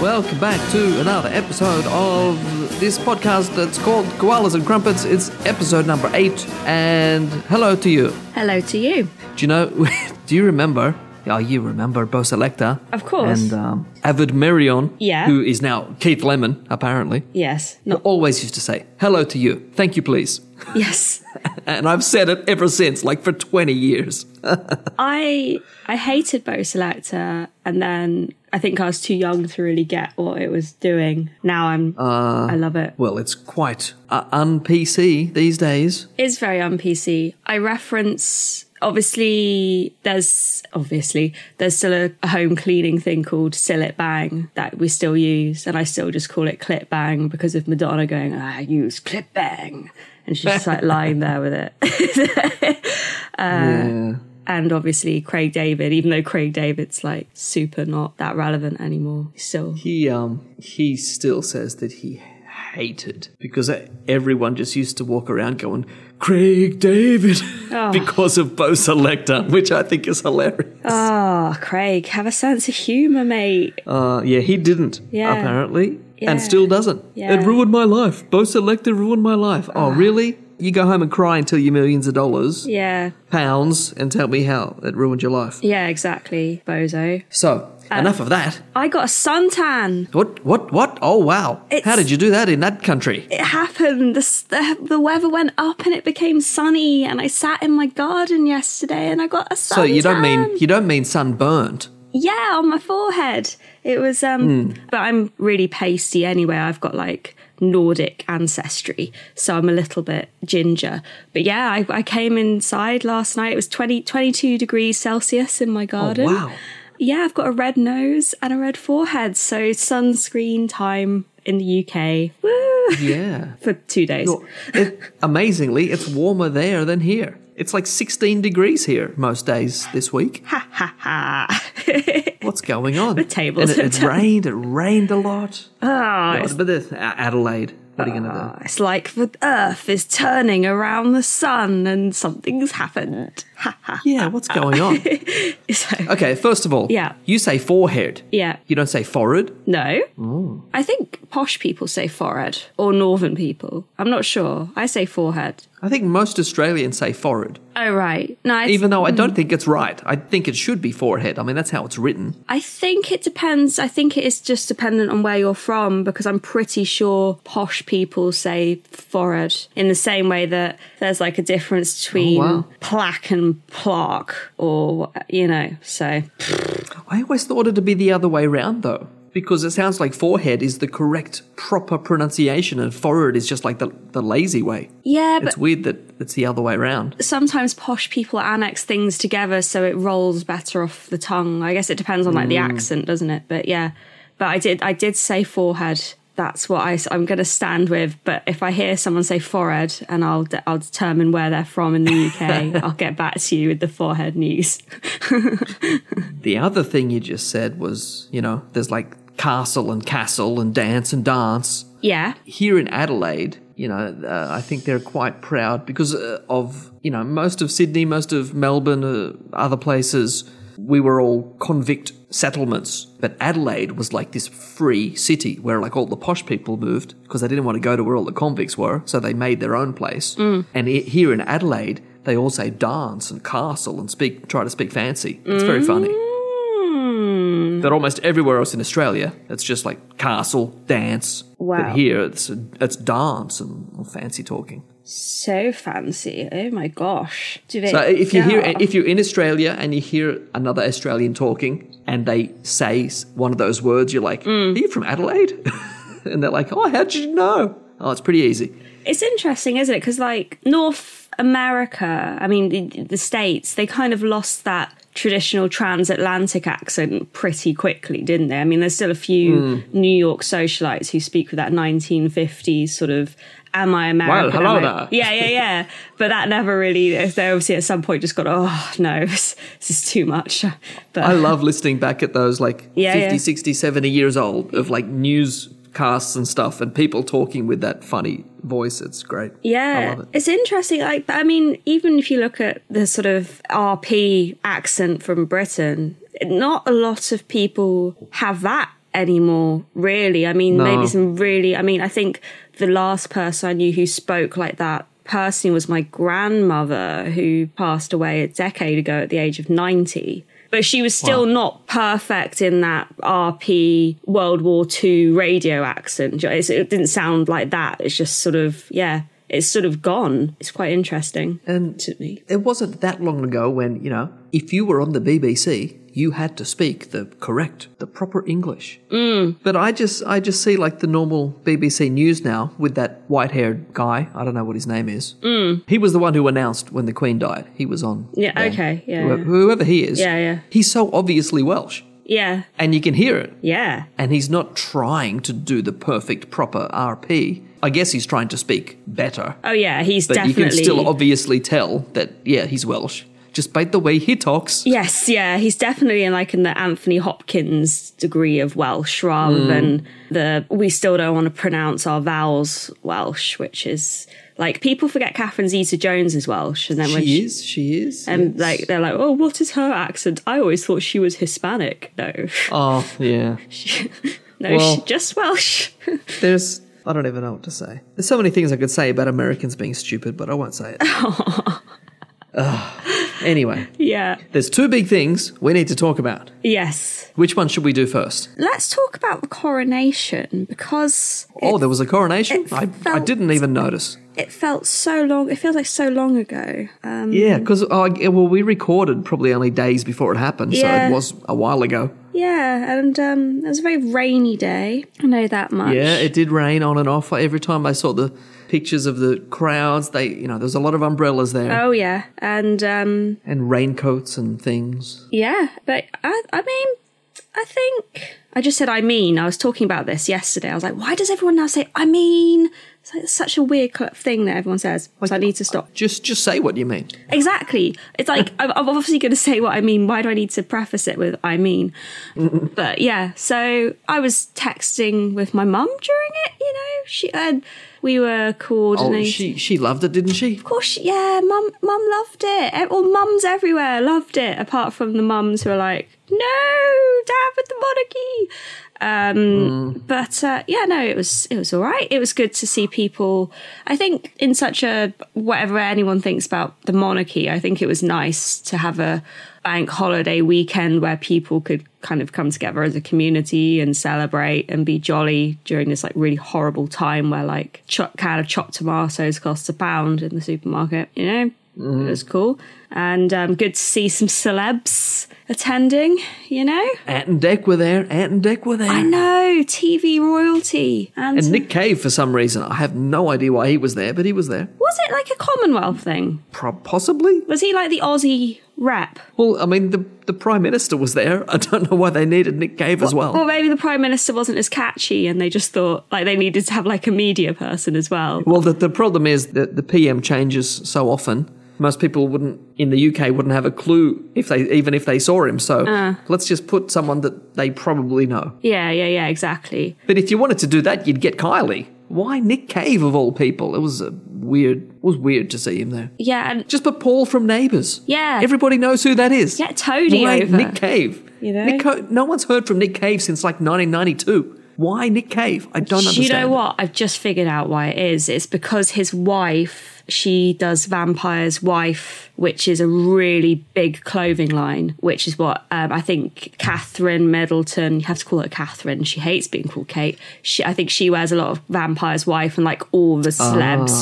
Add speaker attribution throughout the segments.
Speaker 1: Welcome back to another episode of this podcast that's called Koalas and Crumpets. It's episode number eight, and hello to you.
Speaker 2: Hello to you.
Speaker 1: Do you know? Do you remember? Oh, you remember Bo Selecta?
Speaker 2: Of course.
Speaker 1: And um, Avid Marion,
Speaker 2: Yeah.
Speaker 1: who is now Keith Lemon, apparently,
Speaker 2: Yes. Not
Speaker 1: always used to say, hello to you, thank you, please.
Speaker 2: yes.
Speaker 1: And I've said it ever since, like for 20 years.
Speaker 2: I I hated Bo Selector and then I think I was too young to really get what it was doing. Now I'm I love it.
Speaker 1: Well, it's quite uh, un-PC these days.
Speaker 2: It's very on PC. I reference obviously there's obviously there's still a, a home cleaning thing called Sillet Bang that we still use and I still just call it Clip Bang because of Madonna going, "Ah, I use Clip Bang and she's just like lying there with it. Uh,
Speaker 1: yeah.
Speaker 2: and obviously Craig David, even though Craig David's like super not that relevant anymore, he's still
Speaker 1: He um he still says that he hated because e, everyone just used to walk around going Craig David because of Bo Selector, which I think is hilarious.
Speaker 2: ah Craig, have a sense of humor, mate.
Speaker 1: Uh, yeah, he didn't
Speaker 2: Yeah.
Speaker 1: apparently,
Speaker 2: Yeah.
Speaker 1: and still doesn't.
Speaker 2: Yeah. Ah.
Speaker 1: It ruined my life. Bo Selector ruined my life. Oh really? You go home and cry until you're millions of dollars,
Speaker 2: Yeah,
Speaker 1: pounds, and tell me how it ruined your life.
Speaker 2: yeah, Ah. exactly, bozo.
Speaker 1: So enough of that.
Speaker 2: I got a suntan.
Speaker 1: What? What? What? Oh wow! How
Speaker 2: It's-
Speaker 1: did you do that in that country?
Speaker 2: It happened. The, s- the the weather went up and it became sunny, and I sat in my garden yesterday and I got a suntan.
Speaker 1: So you don't
Speaker 2: um,
Speaker 1: mean you don't mean sunburnt.
Speaker 2: Yeah, on my forehead. It was
Speaker 1: Hmm.
Speaker 2: um but I'm really pasty anyway. I've got like Nordic ancestry, so I'm a little bit ginger. But yeah, I, I came inside last night. It was 20, 22 degrees Celsius in my garden.
Speaker 1: Oh, wow.
Speaker 2: Yeah, I've got a red nose and a red forehead. So sunscreen time in the UK. Woo!
Speaker 1: Yeah.
Speaker 2: For two days.
Speaker 1: Well, it- amazingly, it's warmer there than here. It's like 16 degrees here most days this week.
Speaker 2: Ha ha ha.
Speaker 1: What's going on? The
Speaker 2: tables
Speaker 1: And
Speaker 2: have
Speaker 1: it, it
Speaker 2: turned.
Speaker 1: rained. It rained a lot.
Speaker 2: Ah, it's
Speaker 1: But this, Adelaide. What are you going to do?
Speaker 2: It's like the earth is turning around the sun and something's happened. Ha ha.
Speaker 1: Yeah. What's going on?
Speaker 2: So,
Speaker 1: Okay. First of all,
Speaker 2: Oh. Yeah.
Speaker 1: You say forehead.
Speaker 2: yeah.
Speaker 1: You don't say forehead.
Speaker 2: No.
Speaker 1: Mm.
Speaker 2: I think posh people say forehead or northern people. I'm not sure. I say forehead.
Speaker 1: I think most Australians say forehead,
Speaker 2: Oh, right. No, I,
Speaker 1: even though I
Speaker 2: Hmm.
Speaker 1: don't think it's right. I think it should be forehead. I mean, that's how it's written.
Speaker 2: I think it depends. I think it is just dependent on where you're from because I'm pretty sure posh people say forehead in the same way that there's like a difference between
Speaker 1: Oh, wow.
Speaker 2: plaque and plaque or, you know, so.
Speaker 1: I always thought it'd be the other way round, though, because it sounds like forehead is the correct, proper pronunciation, and forehead is just like the, the lazy way.
Speaker 2: Yeah, but
Speaker 1: It's weird that it's the other way round.
Speaker 2: sometimes posh people annex things together so it rolls better off the tongue. I guess it depends on like the
Speaker 1: Mm.
Speaker 2: accent, doesn't it? But yeah, but I did I did say forehead. That's what I, am going to stand with. But if I hear someone say forehead, and I'll de- I'll determine where they're from in the UK, I'll get back to you with the forehead news.
Speaker 1: The other thing you just said was, you know, there's like castle and castle and dance and dance.
Speaker 2: Yeah,
Speaker 1: Here in Adelaide, you know, uh, I think they're quite proud because uh, of, you know, most of Sydney, most of Melbourne, uh, other places, we were all convict settlements. But Adelaide was like this free city where like all the posh people moved because they didn't want to go to where all the convicts were. So they made their own place. And i here in Adelaide, they all say dance and castle and speak, try to speak fancy. It's very funny
Speaker 2: Hmm.
Speaker 1: that almost everywhere else in Australia, it's just like castle, dance.
Speaker 2: Wow.
Speaker 1: But here, it's, it's dance and fancy talking.
Speaker 2: so fancy. Oh my gosh! Do they,
Speaker 1: So if you hear,
Speaker 2: Yeah.
Speaker 1: if you're in Australia and you hear another Australian talking and they say s- one of those words, you're like,
Speaker 2: Mm.
Speaker 1: are you from Adelaide? and they're like, oh, how did you know? Oh, it's pretty easy.
Speaker 2: It's interesting, isn't it? Because like North America, I mean the, the states, they kind of lost that traditional transatlantic accent pretty quickly, didn't they? I mean, there's still a few
Speaker 1: Hmm.
Speaker 2: New York socialites who speak with that 1950s sort of "Am I American?"
Speaker 1: hello
Speaker 2: Am I-"
Speaker 1: there.
Speaker 2: Yeah, yeah, yeah. but that never really. They obviously at some point just got, oh no, this, this is too much. But
Speaker 1: I love listening back at those like
Speaker 2: Yeah,
Speaker 1: 50,
Speaker 2: yeah.
Speaker 1: 60, 70 years old of like newscasts and stuff and people talking with that funny voice. It's great. I
Speaker 2: Yeah,
Speaker 1: love it.
Speaker 2: it's interesting. Like, I mean, even if you look at the sort of RP accent from Britain, not a lot of people have that anymore, really. I mean,
Speaker 1: No.
Speaker 2: maybe some really, I mean, I think the last person I knew who spoke like that personally was my grandmother, who passed away a decade ago at the age of 90. But she was still not perfect in that RP World War II radio accent. It's- It didn't sound like that. It's just sort of, yeah, it's sort of gone. It's quite interesting
Speaker 1: And
Speaker 2: to me.
Speaker 1: it wasn't that long ago when, you know, if you were on the BBC, you had to speak the correct, the proper English. Mm. But I just, I just see like the normal BBC news now with that white-haired guy. I don't know what his name is. Mm. He was the one who announced when the Queen died. He was on.
Speaker 2: Yeah,
Speaker 1: there.
Speaker 2: okay, yeah,
Speaker 1: Whoever,
Speaker 2: yeah.
Speaker 1: whoever he is.
Speaker 2: Yeah, yeah.
Speaker 1: He's so obviously Welsh,
Speaker 2: Yeah,
Speaker 1: and you can hear it.
Speaker 2: yeah.
Speaker 1: And he's not trying to do the perfect, proper RP. I guess he's trying to speak better.
Speaker 2: Oh yeah, he's
Speaker 1: But
Speaker 2: definitely
Speaker 1: you can still obviously tell that, yeah, he's Welsh. Just by the way he talks.
Speaker 2: Yes, yeah, he's definitely in like in the Anthony Hopkins degree of Welsh rather
Speaker 1: Hmm.
Speaker 2: than the we still don't want to pronounce our vowels Welsh, which is like people forget Catherine Zeta Jones is Welsh, and then when
Speaker 1: She is, she is.
Speaker 2: and
Speaker 1: yes.
Speaker 2: like they're like, oh, what is her accent? I always thought she was Hispanic. No,
Speaker 1: Oh, yeah.
Speaker 2: no,
Speaker 1: well-
Speaker 2: she's just Welsh.
Speaker 1: There's. I don't even know what to say. There's so many things I could say about Americans being stupid, but I won't say it. Ugh. Anyway,
Speaker 2: yeah.
Speaker 1: there's two big things we need to talk about.
Speaker 2: Yes.
Speaker 1: Which one should we do first?
Speaker 2: Let's talk about the coronation because
Speaker 1: oh, there was a coronation?
Speaker 2: it
Speaker 1: I, I
Speaker 2: felt-
Speaker 1: didn't even notice.
Speaker 2: it felt so long. It feels like so long ago. Um,
Speaker 1: Yeah, because, oh, I- well, we recorded probably only days before it happened,
Speaker 2: Yeah.
Speaker 1: so it was a while ago.
Speaker 2: Yeah, and um, it was a very rainy day. I know that much.
Speaker 1: Yeah, it did rain on and off. Every time I saw the pictures of the crowds, they, you know, there's a lot of umbrellas there
Speaker 2: oh yeah, and um,
Speaker 1: and raincoats and things.
Speaker 2: yeah, but I, I mean, I think I just said I mean. I was talking about this yesterday. I was like, why does everyone now say I mean? It's like such a weird cl- thing that everyone says. so I need to stop.
Speaker 1: Just, just say what you mean.
Speaker 2: Exactly. It's like I'm, I'm obviously going to say what I mean. Why do I need to preface it with I mean? But yeah, so I was texting with my mum during it. You know, she and we were coordinating.
Speaker 1: Oh, she, she loved it, didn't she?
Speaker 2: Of course, yeah, mum, mum loved it. Ev- All mums everywhere loved it, apart from the mums who are like, "No, dad with the monarchy." Um, But uh, yeah, no, it was it was all right. It was good to see people. I think in such a whatever anyone thinks about the monarchy, I think it was nice to have a bank holiday weekend where people could kind of come together as a community and celebrate and be jolly during this like really horrible time where like ch- kind of chopped tomatoes costs a pound in the supermarket you know
Speaker 1: Mm-hmm.
Speaker 2: it was cool and um, good to see some celebs attending you know
Speaker 1: Ant and Deck were there. Ant and Deck were there.
Speaker 2: i know tv royalty and,
Speaker 1: And Nick Cave, for some reason, I have no idea why he was there, but he was there.
Speaker 2: was it like a commonwealth thing
Speaker 1: Pro- possibly.
Speaker 2: was he like the aussie rep
Speaker 1: Well, I mean, the the prime minister was there. I don't know why they needed Nick Cave as well.
Speaker 2: or maybe the prime minister wasn't as catchy and they just thought like they needed to have like a media person as well
Speaker 1: Well, the, the problem is that the PM changes so often. Most people wouldn't in the UK wouldn't have a clue if they even if they saw him. So
Speaker 2: Uh.
Speaker 1: let's just put someone that they probably know.
Speaker 2: yeah yeah yeah exactly
Speaker 1: But if you wanted to do that, you'd get Kylie. Why Nick Cave of all people? It was a weird. It was weird to see him there.
Speaker 2: yeah and
Speaker 1: Just put Paul from Neighbours.
Speaker 2: Yeah.
Speaker 1: everybody knows who that is.
Speaker 2: Get Toadie
Speaker 1: Why
Speaker 2: over.
Speaker 1: Nick Cave.
Speaker 2: You know?
Speaker 1: Nick Co- no one's heard from Nick Cave since like 1992. Why Nick Cave? I don't
Speaker 2: Do
Speaker 1: understand.
Speaker 2: you know what? I've just figured out why it is. It's because his wife, she does Vampire's Wife, which is a really big clothing line, which is what um, I think Catherine Middleton, you have to call her Catherine. She hates being called Kate. She, I think she wears a lot of Vampire's Wife and like all the
Speaker 1: Ah.
Speaker 2: celebs.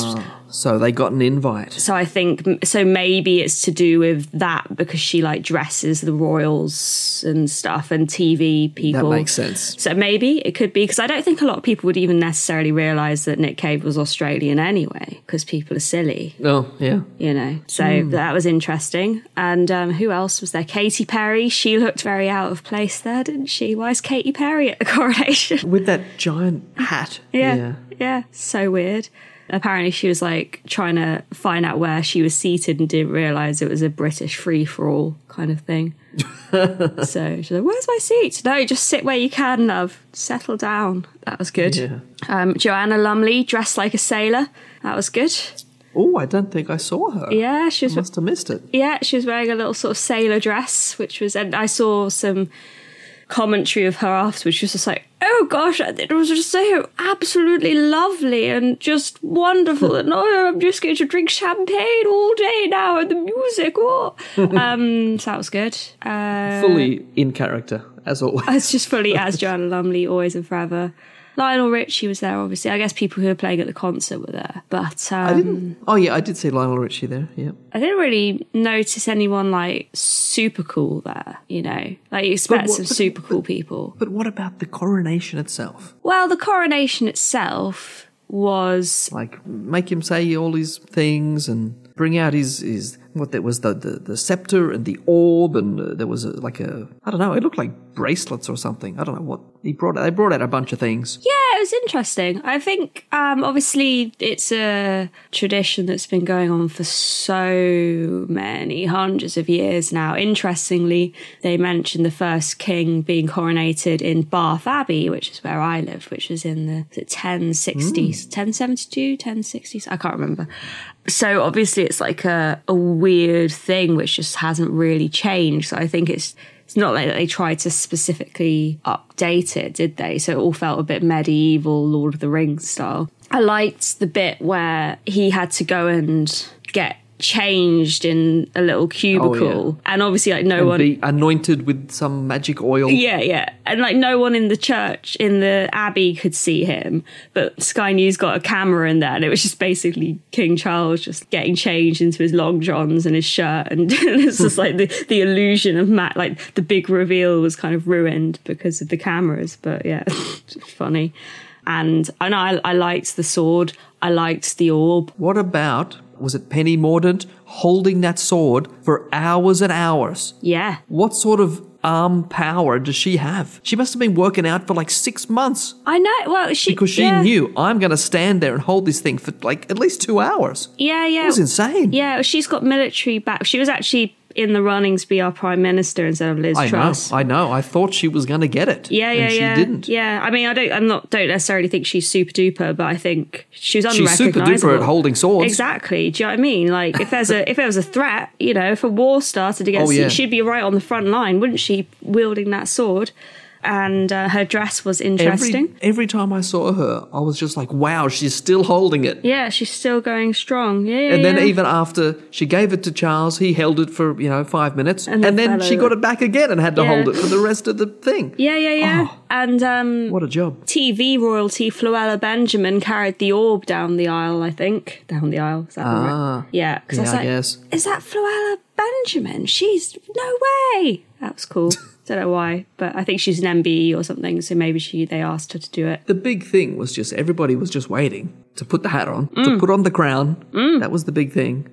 Speaker 1: So they got an invite.
Speaker 2: So I think, so maybe it's to do with that because she like dresses the royals and stuff and TV people.
Speaker 1: makes sense.
Speaker 2: So maybe it could be because I don't think a lot of people would even necessarily realize that Nick Cave was Australian anyway because people are silly,
Speaker 1: Oh yeah.
Speaker 2: you know. So that was interesting. And um, who else was there? Katy Perry. She looked very out of place there, didn't she? Why is Katy Perry at the coronation?
Speaker 1: with that giant hat.
Speaker 2: Yeah. Yeah. So weird. Apparently, she was like trying to find out where she was seated and didn't realize it was a British free for all kind of thing. so she's like, Where's my seat? No, just sit where you can, love. Settle down. That was good.
Speaker 1: Yeah.
Speaker 2: Um, Joanna Lumley dressed like a sailor. That was good.
Speaker 1: Oh, I don't think I saw her.
Speaker 2: Yeah, she was
Speaker 1: Must have missed it.
Speaker 2: yeah, she was wearing a little sort of sailor dress, which was, and I saw some commentary of her afterwards. She was just like, "Oh gosh, it was just so absolutely lovely and just wonderful." and oh, I'm just going to drink champagne all day now, and the music. Oh, um, so that was good. Uh,
Speaker 1: Fully in character, as always.
Speaker 2: it's just fully as Joanna Lumley, always and forever. Lionel Richie was there, obviously. I guess people who were playing at the concert were there, but um,
Speaker 1: I didn't. Oh yeah, I did see Lionel Richie there. Yeah,
Speaker 2: I didn't really notice anyone like super cool there, you know. Like you expect
Speaker 1: what-
Speaker 2: some
Speaker 1: but-
Speaker 2: super cool people.
Speaker 1: but what about the coronation itself?
Speaker 2: Well, the coronation itself was
Speaker 1: Like, make him say all his things and bring out his his what there was the the, the scepter and the orb and uh, there was a, like a I don't know. It looked like bracelets or something. I don't know what he brought. They brought out a bunch of things.
Speaker 2: yeah, it was interesting. I think um obviously it's a tradition that's been going on for so many hundreds of years now. Interestingly, they mentioned the first king being coronated in Bath Abbey, which is where I lived, which was in the is it 1060s, 1072, 1060s, I can't remember. So obviously it's like a, a weird thing which just hasn't really changed. So I think it's it's not like they tried to specifically update it, did they? So it all felt a bit medieval, Lord of the Rings style. I liked the bit where he had to go and get changed in a little cubicle, and obviously like no one
Speaker 1: Be anointed with some magic oil.
Speaker 2: yeah, yeah. And like no one in the church, in the abbey could see him, but Sky News got a camera in there and it was just basically King Charles just getting changed into his long johns and his shirt. And it's just like the, the illusion of Matt, like the big reveal was kind of ruined because of the cameras. But yeah, it's funny. And, and I, I liked the sword. I liked the orb.
Speaker 1: What about was it Penny Mordant holding that sword for hours and hours?
Speaker 2: Yeah.
Speaker 1: What sort of arm power does she have? She must have been working out for like six months
Speaker 2: I know. Well, she.
Speaker 1: because she
Speaker 2: yeah.
Speaker 1: knew I'm going to stand there and hold this thing for like at least two hours.
Speaker 2: Yeah, yeah.
Speaker 1: It was insane.
Speaker 2: Yeah, she's got military back. She was actually in the runnings to be our prime minister instead of Liz
Speaker 1: I know.
Speaker 2: Truss.
Speaker 1: I know. I thought she was going to get it.
Speaker 2: yeah, yeah,
Speaker 1: and she
Speaker 2: yeah.
Speaker 1: didn't.
Speaker 2: Yeah, I mean, I don't, I'm not, don't necessarily think she's super duper, but I think she was
Speaker 1: She's super
Speaker 2: unrecognizable.
Speaker 1: duper at holding swords.
Speaker 2: Exactly. Do you know what I mean? Like, if there's a if there was a threat, you know, if a war started against,
Speaker 1: Oh, yeah.
Speaker 2: you, she'd be right on the front line, wouldn't she? Wielding that sword, and uh, her dress was interesting.
Speaker 1: Every, every time I saw her, I was just like, wow, she's still holding it.
Speaker 2: yeah, she's still going strong. Yeah, yeah,
Speaker 1: And then
Speaker 2: yeah.
Speaker 1: even after she gave it to Charles, he held it for you know five minutes, and,
Speaker 2: And then
Speaker 1: then
Speaker 2: fell
Speaker 1: she
Speaker 2: over.
Speaker 1: got it back again and had to
Speaker 2: Yeah.
Speaker 1: hold it for the rest of the thing.
Speaker 2: yeah, yeah, yeah.
Speaker 1: Oh.
Speaker 2: And um,
Speaker 1: What a job!
Speaker 2: TV royalty Fluella Benjamin carried the orb down the aisle, I think. Down the aisle. Is that
Speaker 1: Ah.
Speaker 2: right? Yeah. Because
Speaker 1: Yeah, I
Speaker 2: I
Speaker 1: guess.
Speaker 2: was like, is that Fluella Benjamin? She's no way. That was cool. Don't know why, but I think she's an MBE or something, so maybe she they asked her to do it.
Speaker 1: The big thing was just everybody was just waiting to put the hat on,
Speaker 2: Mm.
Speaker 1: to put on the crown. That was the big thing.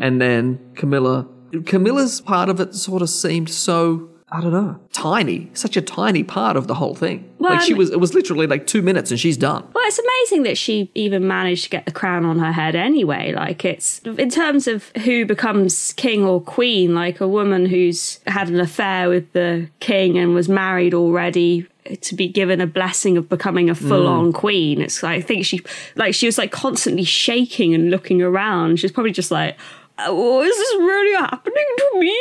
Speaker 1: And then Camilla, Camilla's part of it sort of seemed so. I don't know. Tiny, such a tiny part of the whole thing.
Speaker 2: Well,
Speaker 1: like she
Speaker 2: I'm-
Speaker 1: was, it was literally like two minutes and she's done.
Speaker 2: Well, it's amazing that she even managed to get the crown on her head anyway. Like, it's in terms of who becomes king or queen, like a woman who's had an affair with the king and was married already to be given a blessing of becoming a full-on
Speaker 1: Mm.
Speaker 2: queen it's like i think she like she was like constantly shaking and looking around she's probably just like oh is this really happening to me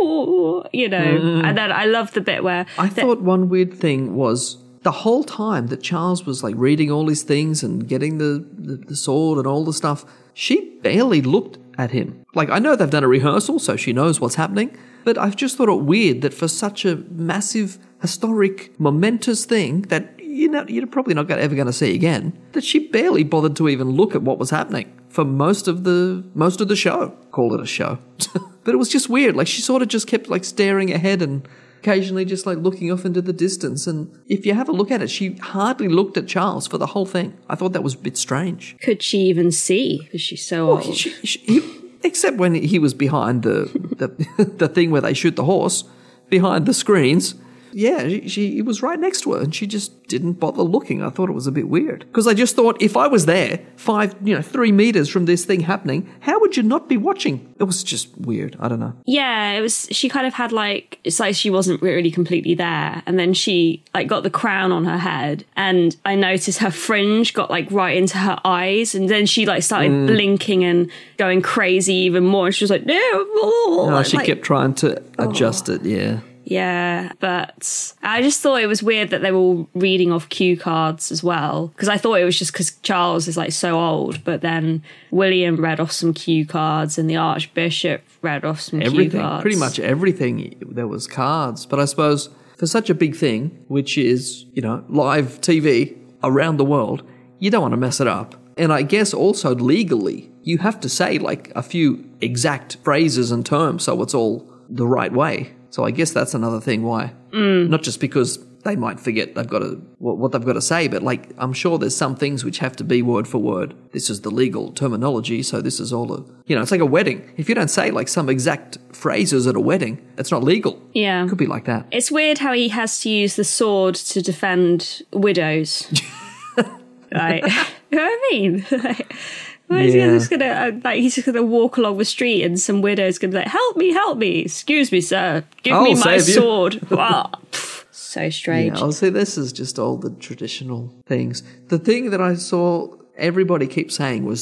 Speaker 2: Oh, you know and then i love the bit where
Speaker 1: Mm. I
Speaker 2: the-
Speaker 1: thought one weird thing was the whole time that Charles was like reading all his things and getting the, the, the sword and all the stuff, she barely looked at him. Like, I know they've done a rehearsal, so she knows what's happening, but I've just thought it weird that for such a massive, historic, momentous thing that you know, you're probably not gonna, ever going to see again, that she barely bothered to even look at what was happening for most of the most of the show. Call it a show, but it was just weird. Like she sort of just kept like staring ahead and occasionally just like looking off into the distance. And if you have a look at it, she hardly looked at Charles for the whole thing. I thought that was a bit strange.
Speaker 2: could she even see because she's so old
Speaker 1: She, she, Oh, he, except when he was behind the the, the thing where they shoot the horse, behind the screens. Yeah, she, she he was right next to her, and she just didn't bother looking. I thought it was a bit weird because I just thought if I was there, five you know three meters from this thing happening, how would you not be watching? It was just weird. I don't know.
Speaker 2: Yeah, it was. She kind of had like it's like she wasn't really completely there, and then she like got the crown on her head, and I noticed her fringe got like right into her eyes, and then she like started
Speaker 1: Mm.
Speaker 2: blinking and going crazy even more. And she was like, "No!"
Speaker 1: No,
Speaker 2: like-
Speaker 1: Oh, she
Speaker 2: like-
Speaker 1: kept trying to adjust it. Yeah,
Speaker 2: Yeah, but I just thought it was weird that they were all reading off cue cards as well. Because I thought it was just because Charles is like so old, but then William read off some cue cards and the Archbishop read off some cue
Speaker 1: everything,
Speaker 2: cards.
Speaker 1: pretty much everything. There was cards, but I suppose for such a big thing, which is you know live TV around the world, you don't want to mess it up. And I guess also legally, you have to say like a few exact phrases and terms so it's all the right way. So I guess that's another thing why,
Speaker 2: Mm.
Speaker 1: not just because they might forget they've got to what, what they've got to say, but like I'm sure there's some things which have to be word for word. This is the legal terminology, so this is all a you know. It's like a wedding. If you don't say like some exact phrases at a wedding, it's not legal.
Speaker 2: Yeah.
Speaker 1: could be like that.
Speaker 2: It's weird how he has to use the sword to defend widows. like, you know what I mean? Like, why is
Speaker 1: Yeah.
Speaker 2: he just gonna uh, like? He's just gonna walk along the street, and some widow's gonna be like, "Help me, help me! Excuse me, sir. Give
Speaker 1: I'll
Speaker 2: me my
Speaker 1: save you."
Speaker 2: sword." Ah, pff, so strange.
Speaker 1: Yeah, I'll say this is just all the traditional things. The thing that I saw everybody keep saying was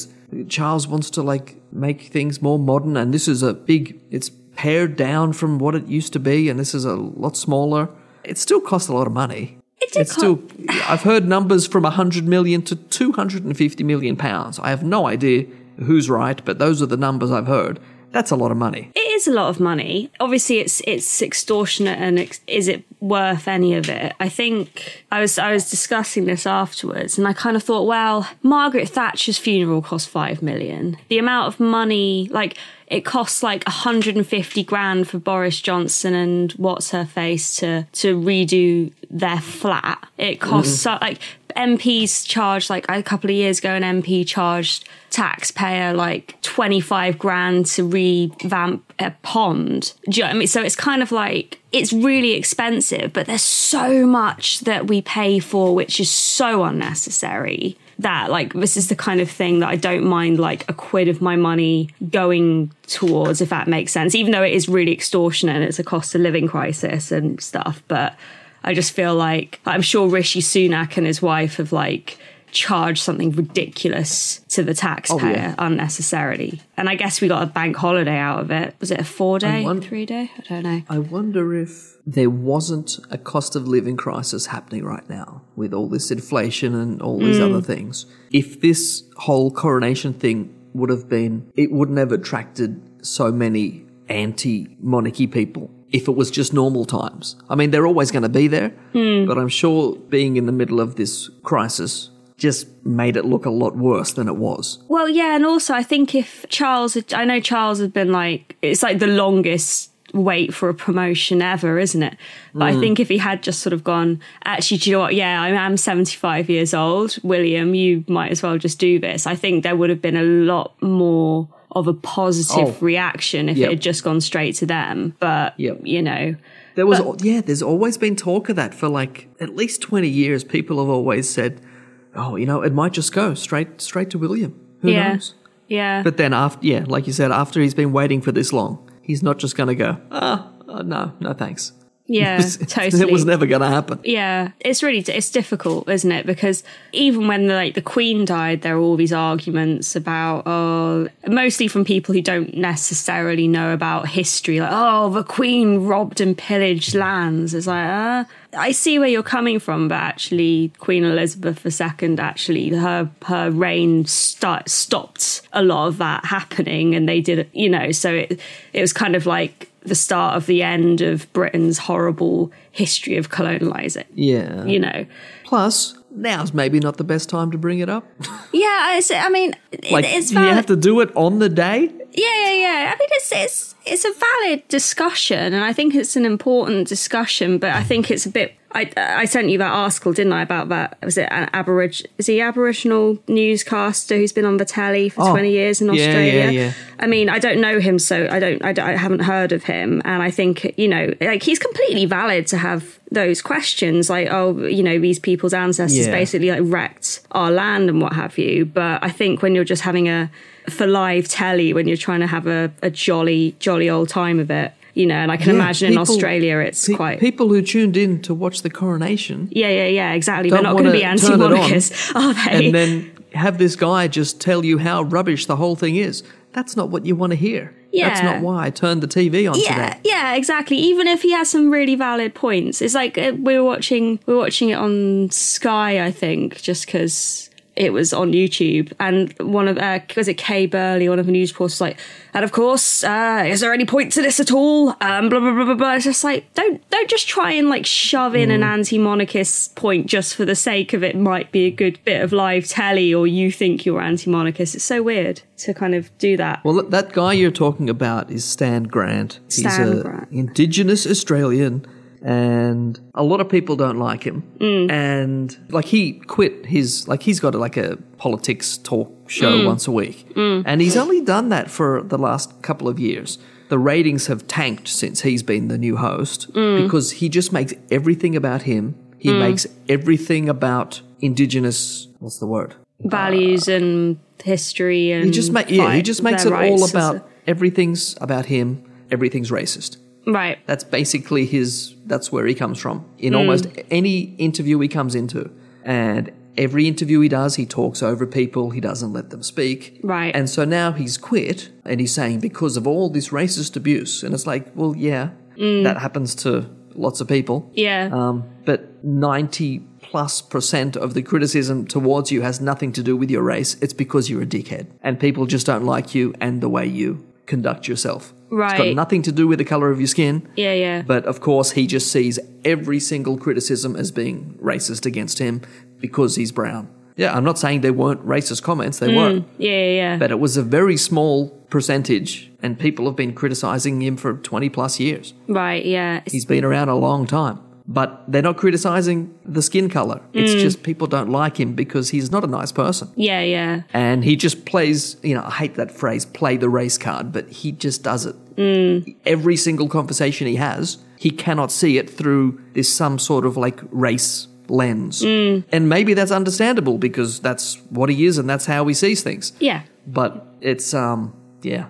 Speaker 1: Charles wants to like make things more modern, and this is a big. It's pared down from what it used to be, and this is a lot smaller. It still costs a lot of money.
Speaker 2: It did
Speaker 1: it's still. I've heard numbers from 100 million to 250 million pounds. I have no idea who's right, but those are the numbers I've heard. That's a lot of money.
Speaker 2: It is a lot of money. Obviously, it's it's extortionate, and ex- is it worth any of it? I think I was I was discussing this afterwards, and I kind of thought, well, Margaret Thatcher's funeral cost five million. The amount of money, like it costs like 150 grand for Boris Johnson and what's her face to to redo their flat. It costs so, like MPs charged like a couple of years ago, an MP charged taxpayer like 25 grand to revamp a pond. Do you know what I mean? So it's kind of like it's really expensive, but there's so much that we pay for which is so unnecessary that like this is the kind of thing that I don't mind like a quid of my money going towards if that makes sense even though it is really extortionate and it's a cost of living crisis and stuff but I just feel like I'm sure Rishi Sunak and his wife have like charged something ridiculous to the taxpayer unnecessarily. And I guess we got a bank holiday out of it. Was it a four day,
Speaker 1: won-
Speaker 2: three day? I don't know.
Speaker 1: I wonder if there wasn't a cost of living crisis happening right now with all this inflation and all these other things. If this whole coronation thing would have been, it wouldn't have attracted so many anti monarchy people if it was just normal times. I mean, they're always going to be there, but I'm sure being in the middle of this crisis just made it look a lot worse than it was.
Speaker 2: Well, yeah, and also I think if Charles, had- I know Charles has been like it's like the longest wait for a promotion ever, isn't it? But
Speaker 1: Hmm.
Speaker 2: I think if he had just sort of gone, actually, do you know what? Yeah, I am seventy-five years old, William. You might as well just do this. I think there would have been a lot more of a positive
Speaker 1: Oh.
Speaker 2: reaction if
Speaker 1: Yep.
Speaker 2: it had just gone straight to them. But
Speaker 1: Yep.
Speaker 2: you know,
Speaker 1: There was, yeah, there's always been talk of that for like at least 20 years. People have always said, oh, you know, it might just go straight, straight to William. Who
Speaker 2: yeah,
Speaker 1: knows?
Speaker 2: yeah.
Speaker 1: But then after, yeah, like you said, after he's been waiting for this long, he's not just going to go, ah, uh, no, no thanks.
Speaker 2: Yeah, totally.
Speaker 1: It was never going to happen.
Speaker 2: Yeah, it's really it's difficult, isn't it? Because even when like the Queen died, there are all these arguments about, oh, mostly from people who don't necessarily know about history, like, oh, the Queen robbed and pillaged lands. It's like, uh, I see where you're coming from, but actually, Queen Elizabeth II actually her her reign start, stopped a lot of that happening, and they did, you know, so it it was kind of like the start of the end of Britain's horrible history of colonizing.
Speaker 1: Yeah.
Speaker 2: You know,
Speaker 1: Plus, now's maybe not the best time to bring it up.
Speaker 2: yeah. It's, I mean, it-
Speaker 1: like,
Speaker 2: it's
Speaker 1: do you
Speaker 2: valid.
Speaker 1: have to do it on the day?
Speaker 2: yeah, yeah, yeah. I mean, it's it's it's a valid discussion, and I think it's an important discussion. But I think it's a bit. I I sent you that article, didn't I, about that? Was it an Aborigin? Is he Aboriginal newscaster who's been on the telly for
Speaker 1: Oh,
Speaker 2: twenty years in
Speaker 1: yeah, yeah,
Speaker 2: Australia?
Speaker 1: yeah.
Speaker 2: I mean, I don't know him, so I don't, I don't- I haven't heard of him, and I think you know, like he's completely valid to have those questions, like oh, you know, these people's ancestors
Speaker 1: Yeah.
Speaker 2: basically like wrecked our land and what have you. But I think when you're just having a for live telly, when you're trying to have a, a jolly, jolly old time of it, you know, and I can
Speaker 1: Yeah,
Speaker 2: imagine in
Speaker 1: people-
Speaker 2: Australia it's
Speaker 1: Pe-
Speaker 2: quite.
Speaker 1: People who tuned in to watch the coronation
Speaker 2: yeah, yeah, yeah, exactly. They're
Speaker 1: don't
Speaker 2: not going to be
Speaker 1: wanna turn it on
Speaker 2: anti-monarchists, are they?
Speaker 1: and then have this guy just tell you how rubbish the whole thing is. that's not what you want to hear. That's
Speaker 2: Yeah.
Speaker 1: not why I turned the TV on
Speaker 2: yeah,
Speaker 1: today.
Speaker 2: yeah, exactly. Even if he has some really valid points, it's like uh, we were watching we were watching it on Sky, I think, just because it was on YouTube. And one of uh, was it Kay Burley, one of the news reporters, was like, and of course, uh, is there any point to this at all? Um, blah blah blah blah blah. It's just like don't don't just try and like shove in an anti-monarchist point just for the sake of it. Might be a good bit of live telly, or you think you're anti-monarchist. It's so weird to kind of do that.
Speaker 1: Well, th- that guy you're talking about is Stan Grant.
Speaker 2: Stan
Speaker 1: He's a
Speaker 2: Grant.
Speaker 1: Indigenous Australian, and a lot of people don't like him.
Speaker 2: Mm.
Speaker 1: And like he quit his like he's got like a politics talk show
Speaker 2: Mm.
Speaker 1: once a week, and he's only done that for the last couple of years. The ratings have tanked since he's been the new host
Speaker 2: Mm.
Speaker 1: because he just makes everything about him. He makes everything about Indigenous. What's the word?
Speaker 2: values and history and
Speaker 1: He just make yeah, he
Speaker 2: fight-
Speaker 1: just makes it
Speaker 2: their rights
Speaker 1: all
Speaker 2: as
Speaker 1: about
Speaker 2: a-
Speaker 1: everything's about him. Everything's racist.
Speaker 2: right
Speaker 1: That's basically his. That's where he comes from. In
Speaker 2: Mm.
Speaker 1: almost any interview he comes into, and every interview he does, he talks over people. He doesn't let them speak.
Speaker 2: Right.
Speaker 1: And so now he's quit, and he's saying because of all this racist abuse, and it's like, well, yeah,
Speaker 2: Mm.
Speaker 1: that happens to lots of people.
Speaker 2: yeah
Speaker 1: Um, but 90 plus percent of the criticism towards you has nothing to do with your race. It's because you're a dickhead and people just don't like you and the way you conduct yourself. It's got
Speaker 2: Right.
Speaker 1: nothing to do with the color of your skin.
Speaker 2: yeah yeah
Speaker 1: But of course, he just sees every single criticism as being racist against him because he's brown. Yeah, I'm not saying there weren't racist comments, they were.
Speaker 2: yeah yeah yeah
Speaker 1: But it was a very small percentage, and people have been criticizing him for 20 plus years.
Speaker 2: right yeah It's-
Speaker 1: He's been around a long time. But they're not criticizing the skin color. It's just people don't like him because he's not a nice person.
Speaker 2: yeah yeah
Speaker 1: And he just plays, you know, I hate that phrase, play the race card, but he just does it. Every single conversation he has, he cannot see it through this some sort of like race lens. And maybe that's understandable because that's what he is and that's how he sees things
Speaker 2: yeah
Speaker 1: but it's um yeah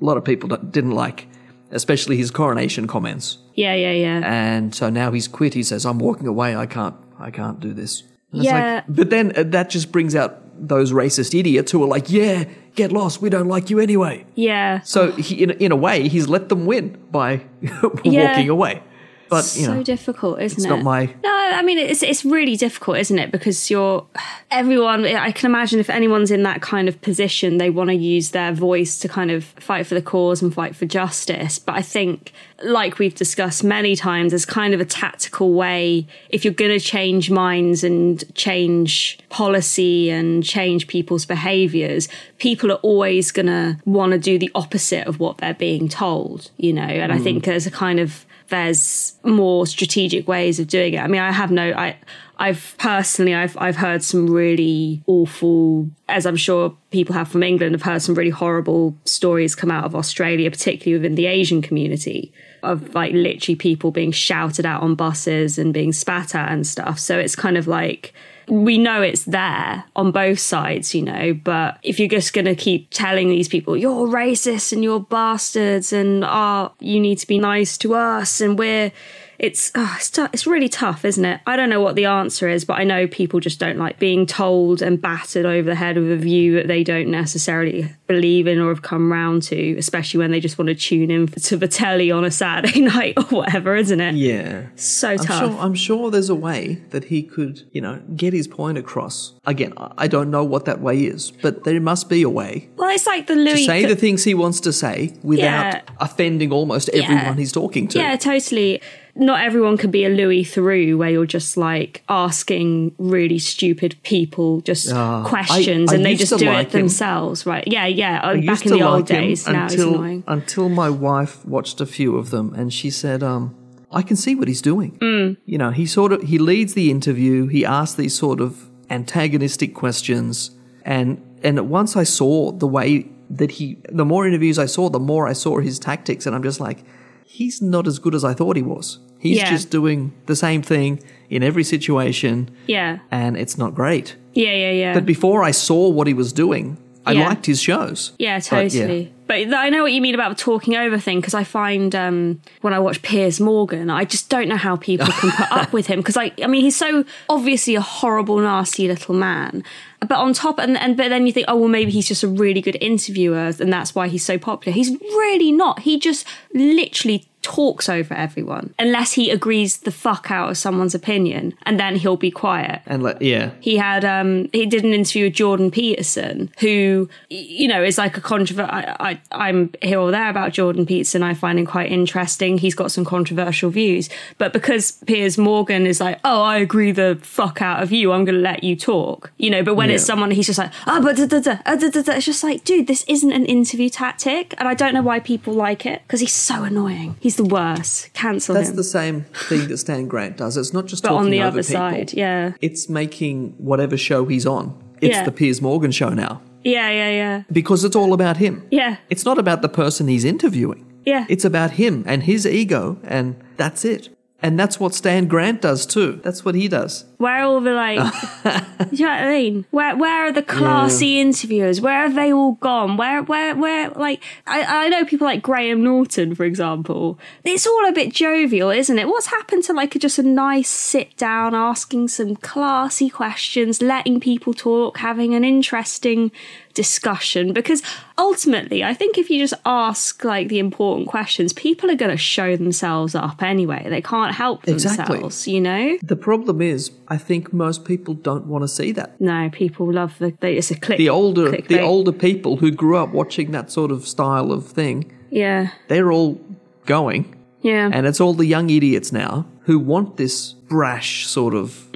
Speaker 1: a lot of people don't- didn't like especially his coronation comments
Speaker 2: yeah yeah yeah
Speaker 1: and so now he's quit he says i'm walking away i can't i can't do this And it's
Speaker 2: Yeah.
Speaker 1: like, but then uh, that just brings out those racist idiots who are like yeah get lost we don't like you anyway
Speaker 2: yeah
Speaker 1: so he, in, in a way he's let them win by walking away but you
Speaker 2: so
Speaker 1: know
Speaker 2: difficult, isn't it?
Speaker 1: not my-
Speaker 2: No, I mean it's it's really difficult, isn't it? Because you're everyone. I can imagine if anyone's in that kind of position, they want to use their voice to kind of fight for the cause and fight for justice. But I think, like we've discussed many times, there's kind of a tactical way. If you're going to change minds and change policy and change people's behaviors, people are always going to want to do the opposite of what they're being told. You know, and I think there's a kind of there's more strategic ways of doing it. I mean, I have no, I, I've personally, I've, I've heard some really awful, as I'm sure people have from England, have heard some really horrible stories come out of Australia, particularly within the Asian community of like literally people being shouted at on buses and being spat at and stuff. So it's kind of like, we know it's there on both sides, you know, but if you're just going to keep telling these people, you're racist and you're bastards and ah, you need to be nice to us and we're, it's, ah, it's, tou- it's really tough, isn't it? I don't know what the answer is, but I know people just don't like being told and battered over the head with a view that they don't necessarily believe in or have come round to, especially when they just want to tune in to the telly on a Saturday night or whatever, isn't it?
Speaker 1: yeah
Speaker 2: So
Speaker 1: I'm
Speaker 2: tough.
Speaker 1: sure, I'm sure there's a way that he could, you know, get his point across. Again, I I don't know what that way is, but there must be a way
Speaker 2: Well, it's like the Louis.
Speaker 1: to say the things he wants to say without
Speaker 2: Yeah.
Speaker 1: offending almost everyone he's talking to.
Speaker 2: Yeah, totally. Not everyone can be a Louis through where you're just like asking really stupid people just
Speaker 1: Ah,
Speaker 2: questions
Speaker 1: I- I
Speaker 2: and they
Speaker 1: used
Speaker 2: just
Speaker 1: to
Speaker 2: do
Speaker 1: like
Speaker 2: it
Speaker 1: him.
Speaker 2: themselves, right? Yeah, yeah. uh,
Speaker 1: I
Speaker 2: Back
Speaker 1: used
Speaker 2: in
Speaker 1: to
Speaker 2: the
Speaker 1: like
Speaker 2: old
Speaker 1: him
Speaker 2: days, now it's
Speaker 1: until,
Speaker 2: annoying.
Speaker 1: until my wife watched a few of them and she said, um, I can see what he's doing.
Speaker 2: Mm.
Speaker 1: You know, he sort of he leads the interview, he asks these sort of antagonistic questions and and once I saw the way that he the more interviews I saw, the more I saw his tactics and I'm just like, he's not as good as I thought he was. He's
Speaker 2: Yeah.
Speaker 1: just doing the same thing in every situation
Speaker 2: Yeah,
Speaker 1: and it's not great.
Speaker 2: yeah, yeah, yeah.
Speaker 1: But before I saw what he was doing, I
Speaker 2: Yeah.
Speaker 1: liked his shows.
Speaker 2: Yeah,
Speaker 1: But, yeah.
Speaker 2: totally. But, th- I know what you mean about the talking over thing because I find um, when I watch Piers Morgan, I just don't know how people can put up with him because I, I mean, he's so obviously a horrible, nasty little man. But on top, and, and but then you think, oh well, maybe he's just a really good interviewer, and that's why he's so popular. He's really not. He just literally talks over everyone unless he agrees the fuck out of someone's opinion, and then he'll be quiet
Speaker 1: And like, yeah,
Speaker 2: he had um he did an interview with Jordan Peterson who y- you know is like a controversial I, I I'm here or there about Jordan Peterson I find him quite interesting he's got some controversial views but because Piers Morgan is like oh I agree the fuck out of you I'm gonna let you talk you know but when it's
Speaker 1: Yeah.
Speaker 2: someone he's just like ah but da, da, da, ah, da, da, da. it's just like dude this isn't an interview tactic and I don't know why people like it because he's so annoying he's the worst cancel
Speaker 1: that's
Speaker 2: him
Speaker 1: the same thing that Stan Grant does. It's not just
Speaker 2: but
Speaker 1: talking
Speaker 2: on the
Speaker 1: over
Speaker 2: other
Speaker 1: people.
Speaker 2: side yeah
Speaker 1: It's making whatever show he's on. It's
Speaker 2: Yeah.
Speaker 1: the Piers Morgan show now
Speaker 2: yeah yeah yeah
Speaker 1: because it's all about him.
Speaker 2: yeah
Speaker 1: It's not about the person he's interviewing.
Speaker 2: yeah
Speaker 1: It's about him and his ego, and that's it. And that's what Stan Grant does too. That's what he does.
Speaker 2: Where are all the like? do you know what I mean? Where where are the classy interviewers? Where have they all gone? Where where where like? I I know people like Graham Norton, for example. It's all a bit jovial, isn't it? What's happened to like just a nice sit down, asking some classy questions, letting people talk, having an interesting discussion? Because ultimately, I think if you just ask like the important questions, people are going to show themselves up anyway. They can't help
Speaker 1: Exactly.
Speaker 2: themselves, you know.
Speaker 1: The problem is, I think most people don't want to see that.
Speaker 2: No, people love the. They, it's a click.
Speaker 1: The older, the
Speaker 2: clickbait.
Speaker 1: older people who grew up watching that sort of style of thing,
Speaker 2: Yeah,
Speaker 1: they're all going,
Speaker 2: yeah,
Speaker 1: and it's all the young idiots now who want this brash sort of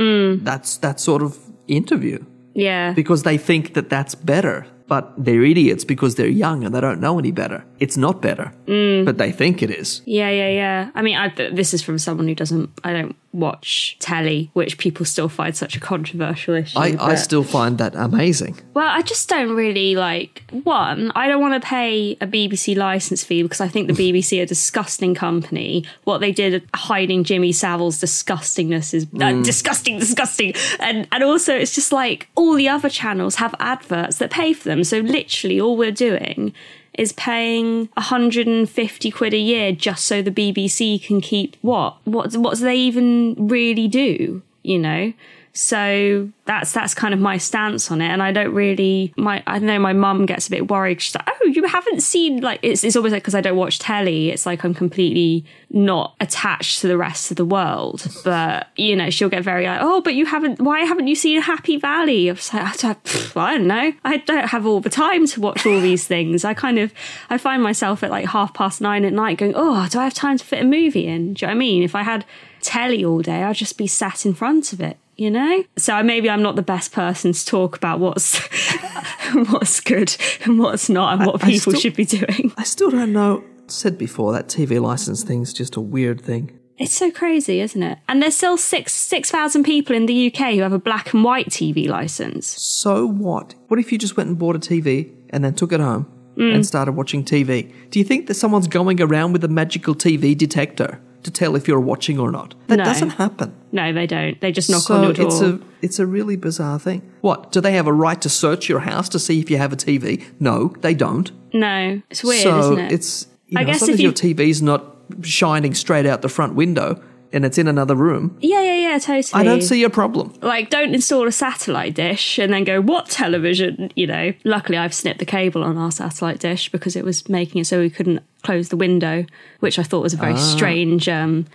Speaker 1: that's that sort of interview
Speaker 2: yeah,
Speaker 1: because they think that that's better. But they're idiots because they're young and they don't know any better. It's not better, but they think it is.
Speaker 2: yeah, yeah, yeah. I mean, I, this is from someone who doesn't. I don't watch telly, which people still find such a controversial issue.
Speaker 1: I, I
Speaker 2: but-
Speaker 1: still find that amazing.
Speaker 2: Well, I just don't really like. One, I don't want to pay a BBC license fee because I think the BBC are a disgusting company. What they did hiding Jimmy Savile's disgustingness is uh, disgusting, disgusting. And and also, it's just like all the other channels have adverts that pay for them. So literally, all we're doing is paying 150 quid a year just so the BBC can keep what what what do they even really do? You know. So that's that's kind of my stance on it, and I don't really my I know my mum gets a bit worried. She's like, "Oh, you haven't seen like it's it's always like because I don't watch telly, it's like I'm completely not attached to the rest of the world." But you know, she'll get very like, "Oh, but you haven't. Why haven't you seen Happy Valley?" I'm just like, I don't, pff, I don't know. I don't have all the time to watch all these things. I kind of I find myself at like half past nine at night going, "Oh, do I have time to fit a movie in?" Do you know what I mean? If I had telly all day, I'd just be sat in front of it you know so maybe i'm not the best person to talk about what's what's good and what's not and what
Speaker 1: I
Speaker 2: people
Speaker 1: still-
Speaker 2: should be doing
Speaker 1: I still don't know. Said before that TV license thing's just a weird thing.
Speaker 2: it's so crazy isn't it and there's still six six thousand people in the uk who have a black and white tv license
Speaker 1: So what? What if you just went and bought a TV and then took it home
Speaker 2: Mm.
Speaker 1: and started watching TV? Do you think that someone's going around with a magical TV detector to tell if you're watching or not? That
Speaker 2: No.
Speaker 1: doesn't happen.
Speaker 2: no they don't they just knock on
Speaker 1: so
Speaker 2: your door
Speaker 1: it's a it's a really bizarre thing. What? Do they have a right to search your house to see if you have a TV? No, they don't.
Speaker 2: no it's weird
Speaker 1: so
Speaker 2: isn't it
Speaker 1: it's you know,
Speaker 2: I guess
Speaker 1: as long
Speaker 2: if
Speaker 1: as
Speaker 2: you-
Speaker 1: your TV's not shining straight out the front window and it's in another room,
Speaker 2: yeah yeah yeah totally
Speaker 1: I don't see a problem.
Speaker 2: like don't install a satellite dish and then go what television you know luckily i've snipped the cable on our satellite dish because it was making it so we couldn't close the window which i thought was a
Speaker 1: Ah.
Speaker 2: very strange um,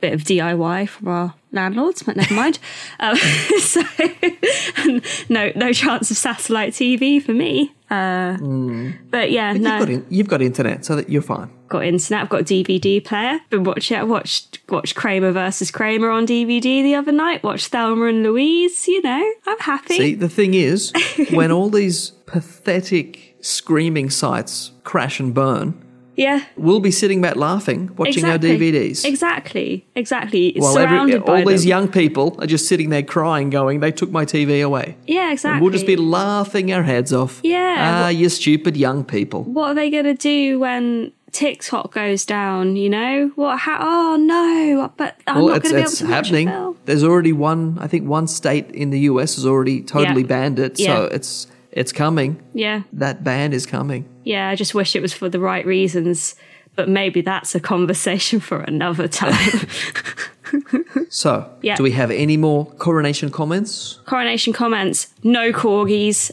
Speaker 2: bit of diy from our landlords but never mind um, so no no chance of satellite tv for me uh, but yeah no
Speaker 1: Hmm. You've, got in, you've got internet, so that you're fine.
Speaker 2: got internet. I've got a DVD player. Been watching. I watched watched Kramer versus Kramer on DVD the other night. Watched Thelma and Louise. You know, I'm happy.
Speaker 1: See, the thing is, when all these pathetic screaming sites crash and burn,
Speaker 2: Yeah,
Speaker 1: we'll be sitting back laughing, watching our DVDs.
Speaker 2: Exactly, exactly. It's
Speaker 1: While
Speaker 2: surrounded
Speaker 1: every,
Speaker 2: by
Speaker 1: all these
Speaker 2: them.
Speaker 1: young people are just sitting there crying, going, "They took my TV away."
Speaker 2: yeah, exactly.
Speaker 1: And we'll just be laughing our heads off.
Speaker 2: Yeah.
Speaker 1: Ah, you stupid young people.
Speaker 2: what are they going to do when TikTok goes down? You know what? How, oh no! But I'm
Speaker 1: Well,
Speaker 2: not
Speaker 1: it's,
Speaker 2: going to be able
Speaker 1: it's
Speaker 2: to watch a
Speaker 1: happening.
Speaker 2: film.
Speaker 1: There's already one. I think one state in the US has already totally
Speaker 2: Yeah.
Speaker 1: banned it.
Speaker 2: Yeah.
Speaker 1: So it's It's coming.
Speaker 2: Yeah.
Speaker 1: That ban is coming.
Speaker 2: Yeah, I just wish it was for the right reasons, but maybe that's a conversation for another time.
Speaker 1: So,
Speaker 2: Yeah.
Speaker 1: do we have any more coronation comments?
Speaker 2: Coronation comments no corgis.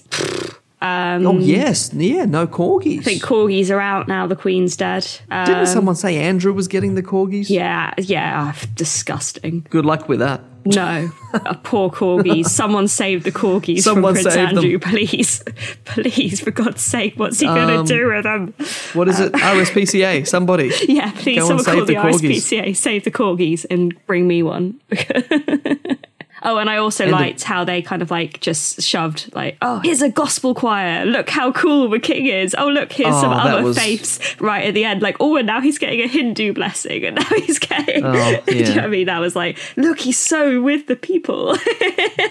Speaker 1: oh, yes. Yeah, no corgis.
Speaker 2: Mm. I think corgis are out now, the Queen's dead. Uh,
Speaker 1: Didn't someone say Andrew was getting the corgis?
Speaker 2: yeah, yeah, ah, disgusting.
Speaker 1: Good luck with that.
Speaker 2: No, a poor corgis. Someone save the corgis
Speaker 1: Someone
Speaker 2: from Prince
Speaker 1: save them.
Speaker 2: Andrew, please. Please, for God's sake, what's he going to
Speaker 1: Um,
Speaker 2: do with them?
Speaker 1: What is it? RSPCA, somebody.
Speaker 2: Uh, Yeah, please,
Speaker 1: Go and
Speaker 2: someone
Speaker 1: save
Speaker 2: call
Speaker 1: the
Speaker 2: the,
Speaker 1: corgis.
Speaker 2: RSPCA, save the corgis, and bring me one. oh, and I also
Speaker 1: the-
Speaker 2: liked how they kind of like just shoved like, oh, here's a gospel choir. Look how cool the king is. Oh, look, here's some
Speaker 1: Oh, that
Speaker 2: other
Speaker 1: was-
Speaker 2: faiths right at the end. Like, oh, and now he's getting a Hindu blessing, and now he's getting.
Speaker 1: Oh,
Speaker 2: Do you know
Speaker 1: yeah.
Speaker 2: what I mean? That was like, look, he's so with the people.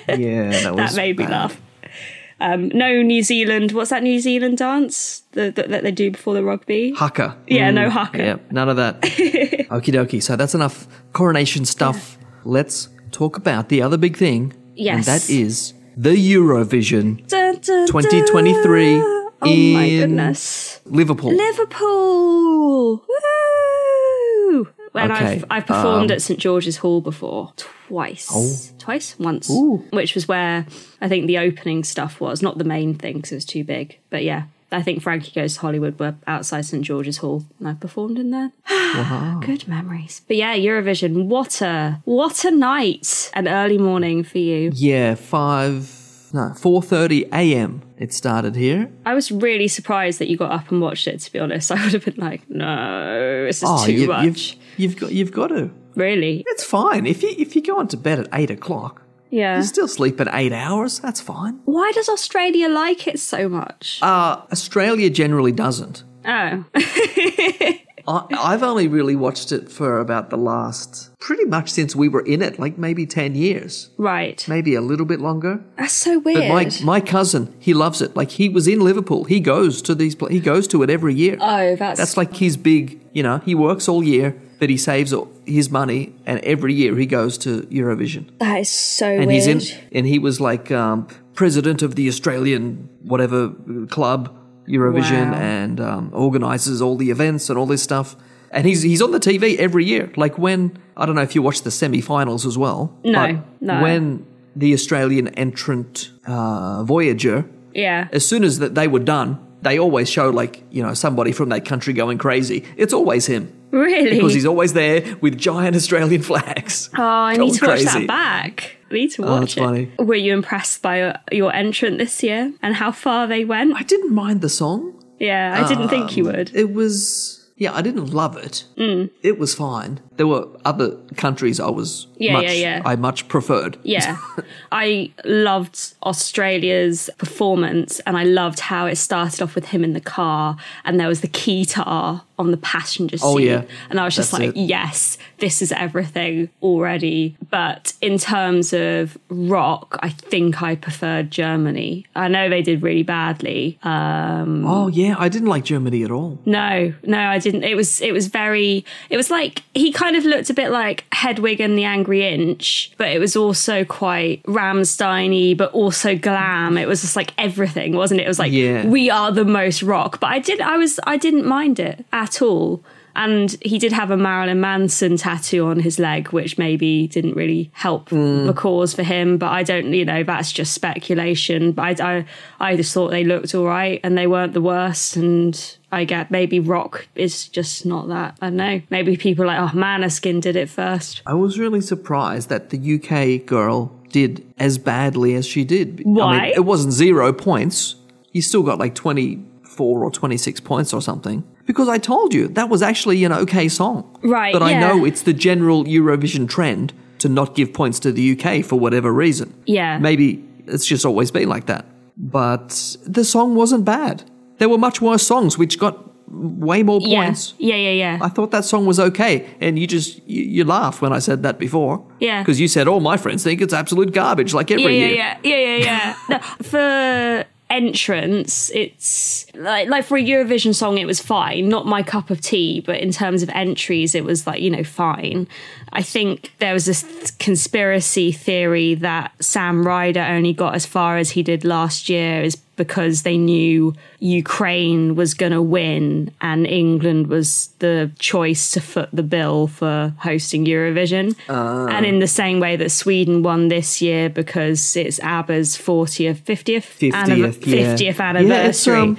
Speaker 1: Yeah, that was.
Speaker 2: that made me
Speaker 1: bad.
Speaker 2: laugh. Um, no New Zealand. What's that New Zealand dance the, that that they do before the rugby?
Speaker 1: Haka.
Speaker 2: Yeah, no haka.
Speaker 1: Yeah, none of that. Okie dokie. So that's enough coronation stuff. Let's talk about the other big thing.
Speaker 2: Yes.
Speaker 1: And that is the Eurovision
Speaker 2: Dun, dun, dun.
Speaker 1: 2023
Speaker 2: Oh my
Speaker 1: in-
Speaker 2: goodness.
Speaker 1: Liverpool.
Speaker 2: Liverpool. Woo! When I've
Speaker 1: Okay,
Speaker 2: I've performed
Speaker 1: um, Oh.
Speaker 2: at St George's Hall before twice. Twice? Once.
Speaker 1: Ooh.
Speaker 2: Which was where I think the opening stuff was, not the main thing because it was too big. But yeah, I think Frankie Goes to Hollywood were outside St George's Hall and I've performed in there. Good memories. But yeah, Eurovision, what a what a night. An early morning for you.
Speaker 1: yeah, 5. No, 4.30 a.m. It started here.
Speaker 2: I was really surprised that you got up and watched it. To be honest, I would have been like, "No, this is too
Speaker 1: Oh, you,
Speaker 2: much."
Speaker 1: have you've got you've got to.
Speaker 2: Really?
Speaker 1: It's fine if you if you go into bed at eight o'clock,
Speaker 2: Yeah.
Speaker 1: you still sleep at eight hours. That's fine.
Speaker 2: Why does Australia like it so much?
Speaker 1: Uh, Australia generally doesn't.
Speaker 2: oh,
Speaker 1: I, I've only really watched it for about the last pretty much since we were in it, like maybe ten years,
Speaker 2: right.
Speaker 1: maybe a little bit longer.
Speaker 2: That's so weird.
Speaker 1: But my my cousin, he loves it. Like he was in Liverpool. He goes to these. pla- He goes to it every year.
Speaker 2: oh, that's,
Speaker 1: That's like his big, you know, he works all year, but he saves all his money, and every year he goes to Eurovision.
Speaker 2: that is so
Speaker 1: and
Speaker 2: weird.
Speaker 1: he's in, and he was like um, president of the Australian whatever club Eurovision,
Speaker 2: Wow.
Speaker 1: and um, organizes all the events and all this stuff. And he's he's on the TV every year. Like when I don't know if you watch the semi-finals as well.
Speaker 2: No,
Speaker 1: but
Speaker 2: no.
Speaker 1: When the Australian entrant uh, Voyager,
Speaker 2: yeah.
Speaker 1: as soon as that they were done, they always show like you know somebody from that country going crazy. It's always him.
Speaker 2: Really?
Speaker 1: Because he's always there with giant Australian flags.
Speaker 2: oh, I
Speaker 1: Going
Speaker 2: need to watch
Speaker 1: crazy. Oh,
Speaker 2: that back. I need to watch
Speaker 1: that's
Speaker 2: it.
Speaker 1: funny.
Speaker 2: Were you impressed by your, your entrant this year and how far they went?
Speaker 1: I didn't mind the song.
Speaker 2: yeah, I didn't think you would.
Speaker 1: It was yeah, I didn't love it. Mm. It was fine. There were other countries I was
Speaker 2: Yeah,
Speaker 1: much
Speaker 2: yeah, yeah.
Speaker 1: I much preferred.
Speaker 2: Yeah. I loved Australia's performance and I loved how it started off with him in the car and there was the keytar on the passenger seat.
Speaker 1: Oh, yeah.
Speaker 2: And I was just
Speaker 1: That's
Speaker 2: like,
Speaker 1: it.
Speaker 2: yes, this is everything already. But in terms of rock, I think I preferred Germany. I know they did really badly.
Speaker 1: Oh yeah, I didn't like Germany at all.
Speaker 2: No, no, I didn't. It was it was very it was like he kind of looked a bit like Hedwig and the Angry Inch, but it was also quite Ramsteiny, but also glam. It was just like everything, wasn't it? It was like
Speaker 1: Yeah.
Speaker 2: we are the most rock. But I did I was I didn't mind it at all. And he did have a Marilyn Manson tattoo on his leg, which maybe didn't really help the cause for him. But I don't, you know, that's just speculation. But I, I, I just thought they looked all right and they weren't the worst. And I get maybe rock is just not that. I don't know. Maybe people are like, oh, Maneskin did it first.
Speaker 1: I was really surprised that the UK girl did as badly as she did. I
Speaker 2: Why?
Speaker 1: mean, it wasn't zero points. You still got like twenty four or twenty six points or something. Because I told you that was actually an okay song.
Speaker 2: Right,
Speaker 1: But I
Speaker 2: yeah.
Speaker 1: know it's the general Eurovision trend to not give points to the UK for whatever reason.
Speaker 2: Yeah.
Speaker 1: Maybe it's just always been like that. But the song wasn't bad. There were much worse songs which got way more
Speaker 2: Yeah.
Speaker 1: points.
Speaker 2: Yeah. Yeah. Yeah.
Speaker 1: I thought that song was okay, and you just you, you laugh when I said that before.
Speaker 2: Yeah.
Speaker 1: because you said all my friends think it's absolute garbage, like every
Speaker 2: yeah,
Speaker 1: year.
Speaker 2: yeah, yeah, yeah, yeah, yeah. No, for entrance, it's like like for a Eurovision song, it was fine. Not my cup of tea, but in terms of entries, it was like you know fine. I think there was this conspiracy theory that Sam Ryder only got as far as he did last year is because they knew Ukraine was going to win and England was the choice to foot the bill for hosting Eurovision.
Speaker 1: Ah.
Speaker 2: And in the same way that Sweden won this year because it's ABBA's 40th, 50th,
Speaker 1: 50th,
Speaker 2: anniv-
Speaker 1: yeah.
Speaker 2: 50th
Speaker 1: Yeah, it's,
Speaker 2: anniversary.
Speaker 1: um,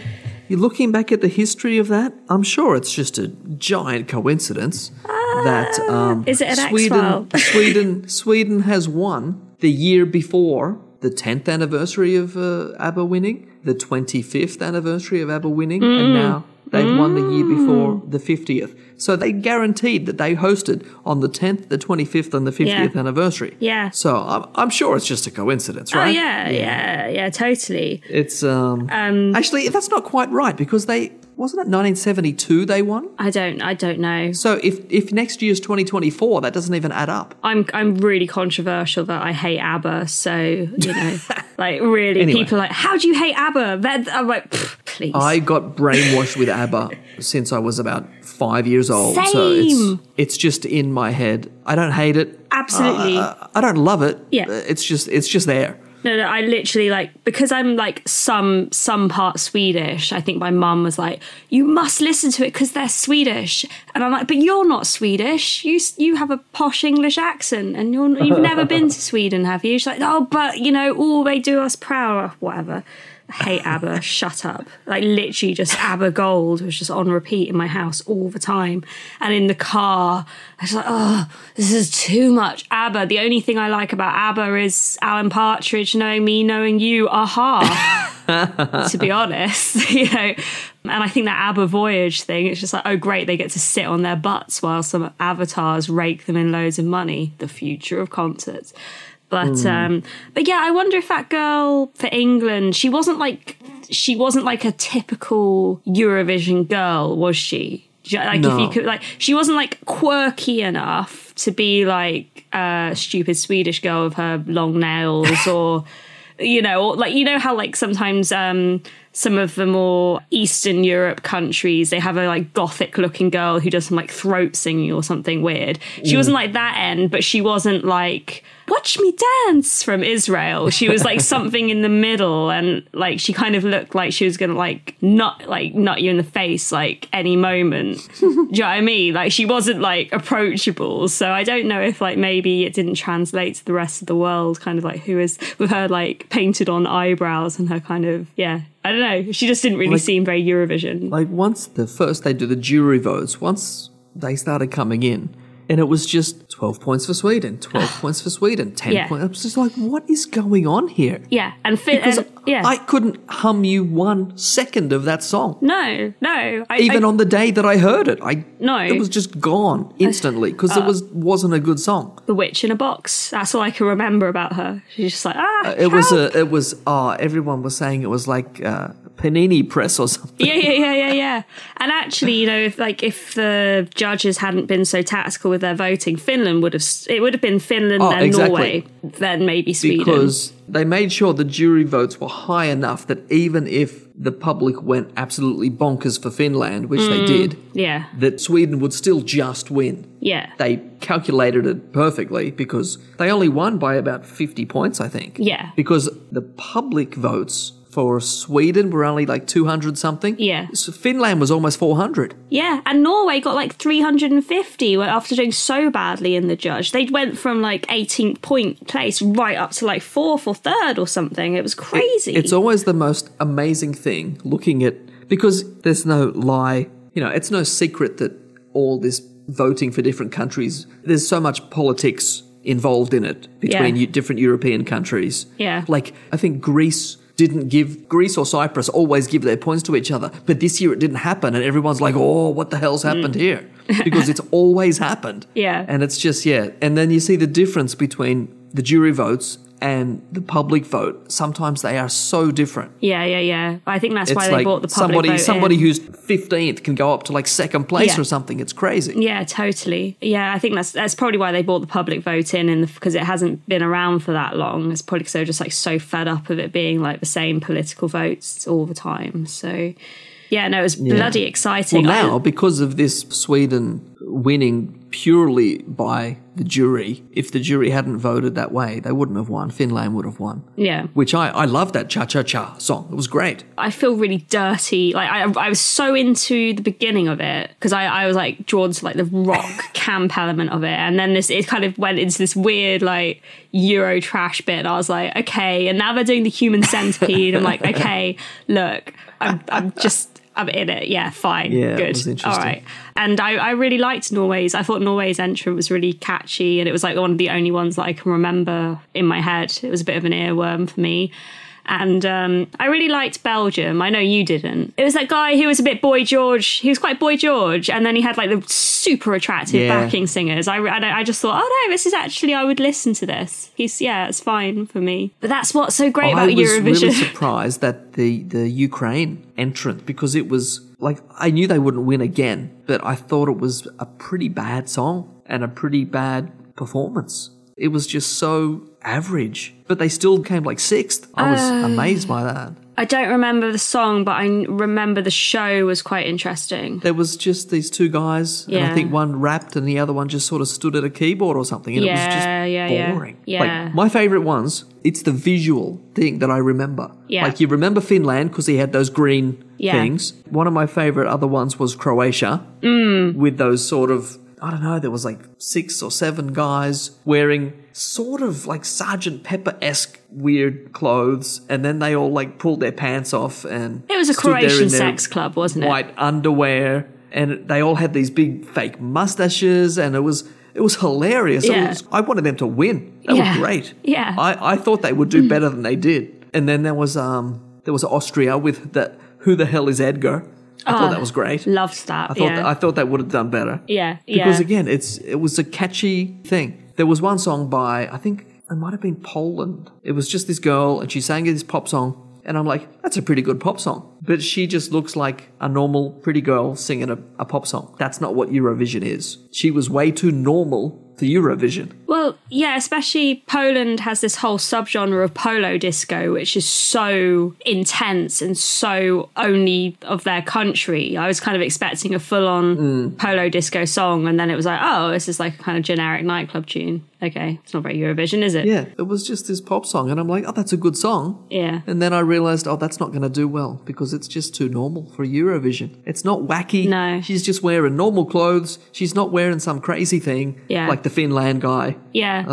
Speaker 1: you're looking back at the history of that. I'm sure it's just a giant coincidence that um,
Speaker 2: Ah, is it an
Speaker 1: Sweden,
Speaker 2: X-File?
Speaker 1: Sweden, Sweden has won the year before the 10th anniversary of uh, ABBA winning, the 25th anniversary of ABBA winning,
Speaker 2: Mm.
Speaker 1: and now they've won the year before the 50th. So they guaranteed that they hosted on the 10th, the 25th, and the 50th
Speaker 2: Yeah.
Speaker 1: anniversary.
Speaker 2: Yeah.
Speaker 1: So I'm, I'm sure it's just a coincidence,
Speaker 2: Oh
Speaker 1: right?
Speaker 2: yeah, yeah, yeah, totally.
Speaker 1: It's um, actually that's not quite right because they wasn't it 1972 they won.
Speaker 2: I don't, I don't know.
Speaker 1: So if if next year's 2024, that doesn't even add up.
Speaker 2: I'm I'm really controversial that I hate ABBA, so you know, like really,
Speaker 1: Anyway.
Speaker 2: people are like, how do you hate ABBA? That I'm like, "Pfft, please.
Speaker 1: I got brainwashed with ABBA since I was about five years old. So it's
Speaker 2: Same.
Speaker 1: it's just in my head. I don't hate it.
Speaker 2: Absolutely.
Speaker 1: Uh, I don't love it.
Speaker 2: Yeah.
Speaker 1: Uh, It's just it's just there.
Speaker 2: No, no, I literally like because I'm like some some part Swedish. I think my mum was like, "You must listen to it because they're Swedish," and I'm like, "But you're not Swedish. You s- you have a posh English accent, and you're, you've never been to Sweden, have you?" She's like, "Oh, but you know, all they do us proud, or whatever." I hate ABBA. shut up! Like literally, just ABBA Gold was just on repeat in my house all the time, and in the car, I was like, "Oh, this is too much ABBA." The only thing I like about ABBA is Alan Partridge knowing me, knowing you. Aha! to be honest, you know. And I think that ABBA voyage thing, it's just like, oh, great, they get to sit on their butts while some avatars rake them in loads of money. The future of concerts. But um, but yeah, I wonder if that girl for England, she wasn't like she wasn't like a typical Eurovision girl, was she? Do you- Like if
Speaker 1: No.
Speaker 2: you could like she wasn't like quirky enough to be like a stupid Swedish girl with her long nails or you know or like you know how like sometimes um some of the more Eastern Europe countries they have a like gothic looking girl who does some like throat singing or something weird. She wasn't like that end, but she wasn't like watch me dance from Israel. She was like something in the middle and like she kind of looked like she was gonna like not like nut you in the face like any moment. Do you know what I mean? Like she wasn't like approachable. So I don't know if like maybe it didn't translate to the rest of the world, kind of like who is with her like painted on eyebrows and her kind of yeah. I don't know. She just didn't really seem very Eurovision.
Speaker 1: Like once the first they do the jury votes, once they started coming in, and it was just twelve points for Sweden, twelve points for Sweden, ten
Speaker 2: Ah. Yeah.
Speaker 1: points. I was just like, what is going on here?
Speaker 2: yeah, and fit
Speaker 1: Because
Speaker 2: and, yeah.
Speaker 1: I couldn't hum you one second of that song.
Speaker 2: no, no. I,
Speaker 1: Even
Speaker 2: I,
Speaker 1: on the day that I heard it, I
Speaker 2: No. Uh.
Speaker 1: it was just gone instantly because it was wasn't a good song.
Speaker 2: the witch in a box. That's all I can remember about her. She's just like ah.
Speaker 1: Uh, It was
Speaker 2: help.
Speaker 1: a it was ah everyone was saying it was like uh, panini press or something.
Speaker 2: yeah, yeah, yeah, yeah, yeah. And actually, you know, if like if the judges hadn't been so tactical with their voting, Finland would have. s- It would have been Finland,
Speaker 1: Oh,
Speaker 2: then
Speaker 1: exactly.
Speaker 2: Norway, then maybe Sweden.
Speaker 1: Because they made sure the jury votes were high enough that even if the public went absolutely bonkers for Finland, which
Speaker 2: Mm.
Speaker 1: they did,
Speaker 2: yeah,
Speaker 1: that Sweden would still just win.
Speaker 2: yeah,
Speaker 1: they calculated it perfectly because they only won by about 50 points, I think.
Speaker 2: Yeah.
Speaker 1: Because the public votes for Sweden were only like 200 something.
Speaker 2: Yeah.
Speaker 1: So Finland was almost 400.
Speaker 2: yeah. And Norway got like three hundred and fifty after doing so badly in the judge. They went from like eighteenth point place right up to like fourth or third or something. It was crazy.
Speaker 1: It's always the most amazing thing looking at because there's no lie, you know, it's no secret that all this voting for different countries, there's so much politics involved in it between
Speaker 2: Yeah.
Speaker 1: eu- different European countries.
Speaker 2: Yeah.
Speaker 1: Like I think Greece didn't give Greece or Cyprus always give their points to each other, but this year it didn't happen and everyone's like, "Oh, what the hell's
Speaker 2: Mm.
Speaker 1: happened here?" Because it's always happened.
Speaker 2: Yeah.
Speaker 1: And it's just, yeah. And then you see the difference between the jury votes and the public vote. Sometimes they are so different.
Speaker 2: yeah, yeah, yeah. I think that's
Speaker 1: It's
Speaker 2: why they
Speaker 1: like
Speaker 2: bought the public
Speaker 1: somebody
Speaker 2: vote in.
Speaker 1: somebody who's 15th can go up to like second place
Speaker 2: Yeah.
Speaker 1: or something. It's crazy.
Speaker 2: Yeah, totally. Yeah, I think that's that's probably why they bought the public vote in, and because it hasn't been around for that long, it's probably 'cause they were just like so fed up of it being like the same political votes all the time. So, yeah, no, it was bloody exciting.
Speaker 1: Well, now because of this Sweden winning purely by the jury. If the jury hadn't voted that way, they wouldn't have won. Finland would have won.
Speaker 2: Yeah.
Speaker 1: Which I, I love that cha cha cha song. It was great.
Speaker 2: I feel really dirty. Like I, I was so into the beginning of it because I, I was like drawn to like the rock camp element of it, and then this it kind of went into this weird like Euro trash bit. And I was like, okay, and now they're doing the human centipede. I'm like, okay, look, I'm, I'm just I'm in it. Yeah, fine,
Speaker 1: Yeah, it
Speaker 2: good,
Speaker 1: was interesting.
Speaker 2: all right. And I, I really liked Norway's. I thought Norway's entrant was really catchy, and it was like one of the only ones that I can remember in my head. It was a bit of an earworm for me. And um, I really liked Belgium. I know you didn't. It was that guy who was a bit Boy George. He was quite Boy George, and then he had like the super attractive
Speaker 1: Yeah.
Speaker 2: backing singers. I, I, don't- I just thought, oh no, this is actually I would listen to this. He's yeah, it's fine for me. But that's what's so great
Speaker 1: I
Speaker 2: about
Speaker 1: was
Speaker 2: Eurovision.
Speaker 1: really surprised that the, the Ukraine entrant, because it was like, I knew they wouldn't win again, but I thought it was a pretty bad song and a pretty bad performance. It was just so average, but they still came like sixth. I was
Speaker 2: Uh,
Speaker 1: amazed by that.
Speaker 2: I don't remember the song, but I n- remember the show was quite interesting.
Speaker 1: There was just these two guys, and I
Speaker 2: Yeah.
Speaker 1: think one rapped and the other one just sort of stood at a keyboard or something, and it was just
Speaker 2: Yeah, yeah, yeah.
Speaker 1: boring.
Speaker 2: Yeah.
Speaker 1: Like my favorite ones, it's the visual thing that I remember.
Speaker 2: Yeah.
Speaker 1: Like you remember Finland because he had those green
Speaker 2: Yeah.
Speaker 1: things. One of my favorite other ones was Croatia
Speaker 2: Mm.
Speaker 1: with those sort of I don't know, there was like six or seven guys wearing sort of like Sergeant Pepper esque weird clothes, and then they all like pulled their pants off and
Speaker 2: It was a
Speaker 1: stood there in
Speaker 2: Croatian
Speaker 1: their
Speaker 2: sex club, wasn't it?
Speaker 1: White underwear, and they all had these big fake mustaches, and it was it was hilarious. It
Speaker 2: Yeah.
Speaker 1: was- I wanted them to win. That
Speaker 2: Yeah.
Speaker 1: was great.
Speaker 2: Yeah. Mm.
Speaker 1: I, I thought they would do better than they did. And then there was um there was Austria with that who the hell is Edgar? I thought that was great.
Speaker 2: Loved that.
Speaker 1: I thought
Speaker 2: Ah. yeah.
Speaker 1: I thought they would have done better.
Speaker 2: yeah, yeah.
Speaker 1: Because again, it's it was a catchy thing. There was one song by I think it might have been Poland. It was just this girl and she sang this pop song and I'm like, that's a pretty good pop song. But she just looks like a normal pretty girl singing a, a pop song. That's not what Eurovision is. She was way too normal for Eurovision.
Speaker 2: well, yeah, especially Poland has this whole subgenre of polo disco, which is so intense and so only of their country. I was kind of expecting a full on
Speaker 1: Mm.
Speaker 2: polo disco song, and then it was like, oh, this is like a kind of generic nightclub tune. Okay, it's not very Eurovision, is it?
Speaker 1: Yeah. It was just this pop song and I'm like, oh that's a good song.
Speaker 2: Yeah.
Speaker 1: And then I realized, oh, that's not going to do well because it's just too normal for Eurovision. It's not wacky.
Speaker 2: No.
Speaker 1: She's just wearing normal clothes. She's not wearing some crazy thing
Speaker 2: Yeah.
Speaker 1: like the Finland guy. Uh,
Speaker 2: Yeah.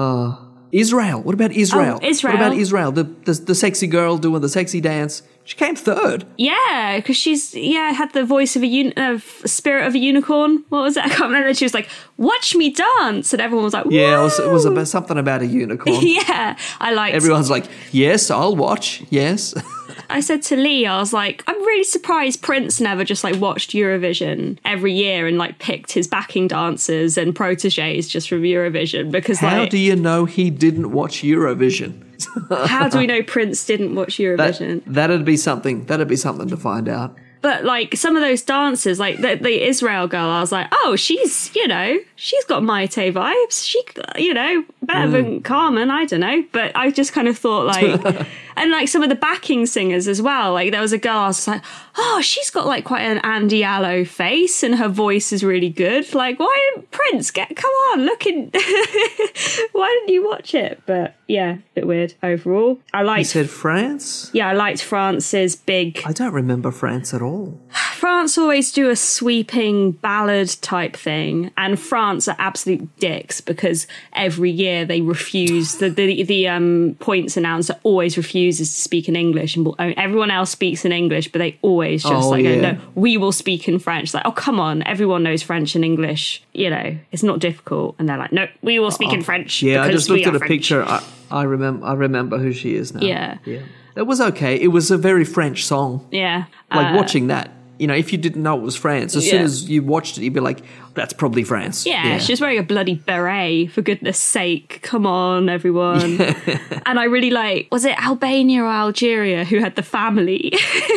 Speaker 1: Israel. What about Israel?
Speaker 2: Oh, Israel.
Speaker 1: What about Israel? The, the, the sexy girl doing the sexy dance. She came third.
Speaker 2: Yeah, because she's yeah had the voice of a un- of spirit of a unicorn. What was that? I can't remember. She was like, "Watch me dance," and everyone was like,
Speaker 1: Yeah, it was, it was
Speaker 2: "Woo!"
Speaker 1: about something about a unicorn.
Speaker 2: yeah, I liked.
Speaker 1: Everyone's like, yes, I'll watch. Yes.
Speaker 2: I said to Lee, I was like, I'm really surprised Prince never just like watched Eurovision every year and like picked his backing dancers and proteges just from Eurovision because
Speaker 1: How
Speaker 2: like,
Speaker 1: do you know he didn't watch Eurovision?
Speaker 2: how do we know Prince didn't watch Eurovision?
Speaker 1: That, that'd be something. That'd be something to find out.
Speaker 2: but like some of those dances, like the, the Israel girl, I was like, oh, she's you know, she's got Maite vibes. She, you know, better than Carmen. I don't know, but I just kind of thought like, and like some of the backing singers as well. Like there was a girl, I was just like, oh, she's got like quite an Andy Allo face, and her voice is really good. Like why didn't Prince get? Come on, look in. why didn't you watch it? But yeah, bit weird overall. I
Speaker 1: He
Speaker 2: liked.
Speaker 1: said France.
Speaker 2: Yeah, I liked France's big
Speaker 1: I don't remember France at all.
Speaker 2: France always do a sweeping ballad type thing, and France are absolute dicks because every year they refuse. The the, the um, points announcer always refuses to speak in English, and will, everyone else speaks in English, but they always just
Speaker 1: Oh,
Speaker 2: like go,
Speaker 1: yeah.
Speaker 2: no, we will speak in French. Like, oh come on, everyone knows French and English. You know, it's not difficult. And they're like, no, we will speak in French.
Speaker 1: Oh, Yeah, I
Speaker 2: because
Speaker 1: just
Speaker 2: we
Speaker 1: looked at
Speaker 2: are
Speaker 1: a
Speaker 2: French."
Speaker 1: picture. I, I remember. I remember who she is now.
Speaker 2: Yeah.
Speaker 1: yeah. That was okay. It was a very French song.
Speaker 2: Yeah,
Speaker 1: Like
Speaker 2: Uh,
Speaker 1: watching that, you know, if you didn't know it was France, as soon
Speaker 2: Yeah.
Speaker 1: as you watched it, you'd be like, "That's probably France."
Speaker 2: Yeah, she's wearing a bloody beret, for goodness sake. Come on, everyone. and I really like, was it Albania or Algeria who had the family?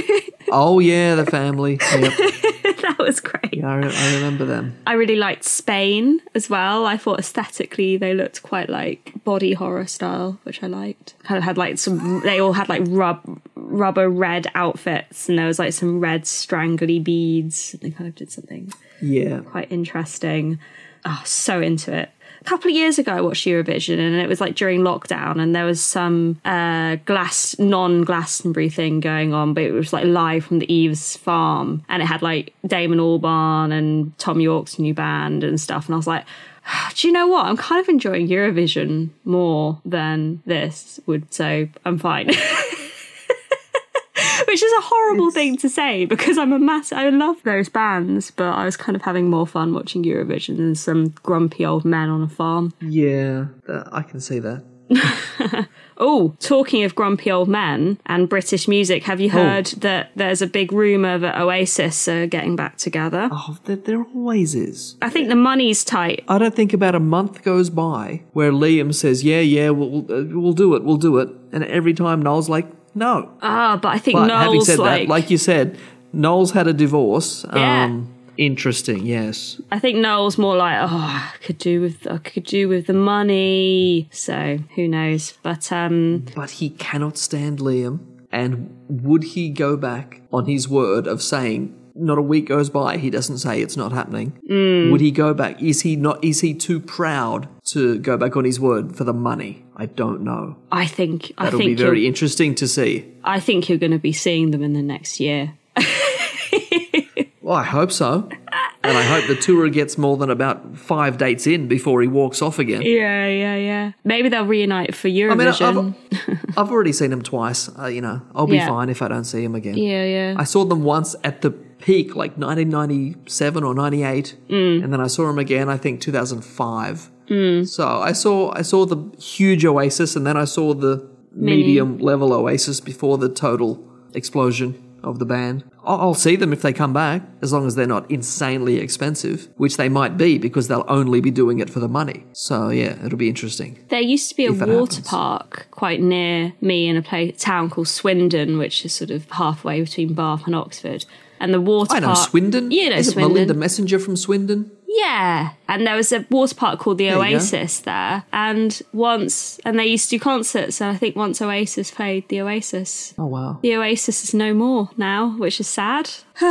Speaker 1: oh yeah, the family. Yep.
Speaker 2: that was great.
Speaker 1: I, re- I remember them.
Speaker 2: I really liked Spain as well. I thought aesthetically they looked quite like body horror style, which I liked. Kind of had like some, they all had like rub, rubber red outfits, and there was like some red strangly beads. They kind of did something
Speaker 1: Yeah.
Speaker 2: quite interesting. Oh, so into it. A couple of years ago, I watched Eurovision, and it was like during lockdown, and there was some uh, glass, non Glastonbury thing going on, but it was like live from the Eves farm, and it had like Damon Albarn and Tom York's new band and stuff, and I was like. "Ah, Do you know what? I'm kind of enjoying Eurovision more than this would, so I'm fine. which is a horrible thing to say because I'm a mass. I love those bands, but I was kind of having more fun watching Eurovision than some grumpy old man on a farm.
Speaker 1: Yeah. Uh, I can see that.
Speaker 2: Oh, talking of grumpy old men and British music, have you
Speaker 1: Oh.
Speaker 2: heard that there's a big rumor that Oasis are getting back together?
Speaker 1: Oh, there, there always is.
Speaker 2: I think the money's tight.
Speaker 1: I don't think about a month goes by where Liam says, "Yeah, yeah, we'll uh, we'll do it, we'll do it," and every time Noel's like, "No."
Speaker 2: Ah, but I think
Speaker 1: But having
Speaker 2: Noel's
Speaker 1: said
Speaker 2: like,
Speaker 1: that, like you said, Noel's had a divorce.
Speaker 2: Yeah.
Speaker 1: Um, interesting. Yes.
Speaker 2: I think Noel's more like, oh, I could do with, I could do with the money. So who knows? But um,
Speaker 1: But he cannot stand Liam. And would he go back on his word of saying, not a week goes by, he doesn't say it's not happening?
Speaker 2: Mm.
Speaker 1: Would he go back? Is he not? Is he too proud to go back on his word for the money? I don't know.
Speaker 2: I think I
Speaker 1: That'll be
Speaker 2: think you'll-
Speaker 1: very interesting to see.
Speaker 2: I think you're going to be seeing them in the next year.
Speaker 1: Well, I hope so. and I hope the tour gets more than about five dates in before he walks off again.
Speaker 2: Yeah, yeah, yeah. Maybe they'll reunite for
Speaker 1: I mean, I-
Speaker 2: Eurovision.
Speaker 1: I've, I've already seen him twice. Uh, you know, I'll be
Speaker 2: Yeah.
Speaker 1: fine if I don't see him again.
Speaker 2: yeah, yeah.
Speaker 1: I saw them once at the peak, like 1997 or 98,
Speaker 2: Mm.
Speaker 1: and then I saw them again, I think 2005. So I saw I saw the huge Oasis, and then I saw the medium level Oasis before the total explosion of the band. I- I'll see them if they come back, as long as they're not insanely expensive, which they might be because they'll only be doing it for the money. So yeah, it'll be interesting.
Speaker 2: there used to be a
Speaker 1: If it
Speaker 2: water
Speaker 1: happens.
Speaker 2: park quite near me in a place, town called Swindon, which is sort of halfway between Bath and Oxford. And the water
Speaker 1: I know
Speaker 2: park.
Speaker 1: Swindon.
Speaker 2: Yeah, no,
Speaker 1: Is it
Speaker 2: Swindon.
Speaker 1: Melinda Messenger from Swindon?
Speaker 2: Yeah. And there was a water park called the
Speaker 1: you go.
Speaker 2: Oasis there. And once, and they used to do concerts. And I think once Oasis played the Oasis,
Speaker 1: Oh wow.
Speaker 2: the Oasis is no more now, which is sad.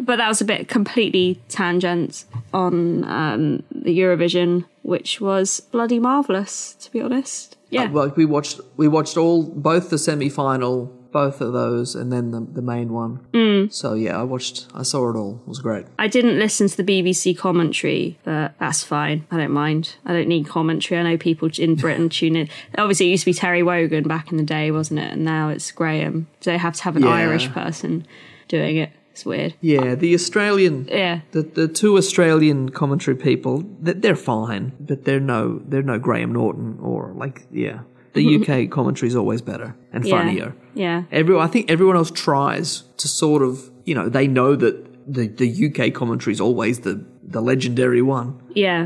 Speaker 2: But that was a bit completely tangent on um, the Eurovision, which was bloody marvelous, to be honest. Yeah,
Speaker 1: Uh, well, we watched we watched all both the semi final, both of those, and then the the main one. Mm. So yeah, I watched. I saw it all. It was great.
Speaker 2: I didn't listen to the BBC commentary, but that's fine. I don't mind. I don't need commentary. I know people in Britain tune in. Obviously, it used to be Terry Wogan back in the day, wasn't it? And now it's Graham. Do they have to have an
Speaker 1: Yeah.
Speaker 2: Irish person doing it? It's weird.
Speaker 1: Yeah, the Australian.
Speaker 2: Yeah.
Speaker 1: The, the two Australian commentary people, th- they're fine, but they're no they're no Graham Norton or like yeah. The UK commentary's always better and funnier.
Speaker 2: Mm-hmm. Yeah. Yeah.
Speaker 1: Everyone, I think everyone else tries to sort of you know they know that the the UK commentary is always the the legendary one,
Speaker 2: Yeah.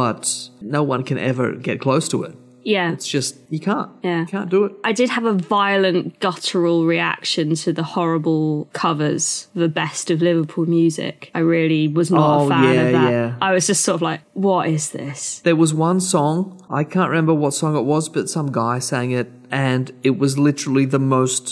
Speaker 1: but no one can ever get close to it.
Speaker 2: Yeah.
Speaker 1: It's just you can't.
Speaker 2: Yeah.
Speaker 1: You can't do it.
Speaker 2: I did have a violent guttural reaction to the horrible covers, the best of Liverpool music. I really was not
Speaker 1: Oh,
Speaker 2: a fan
Speaker 1: yeah,
Speaker 2: of that.
Speaker 1: yeah.
Speaker 2: I was just sort of like, what is this?
Speaker 1: There was one song, I can't remember what song it was, but some guy sang it and it was literally the most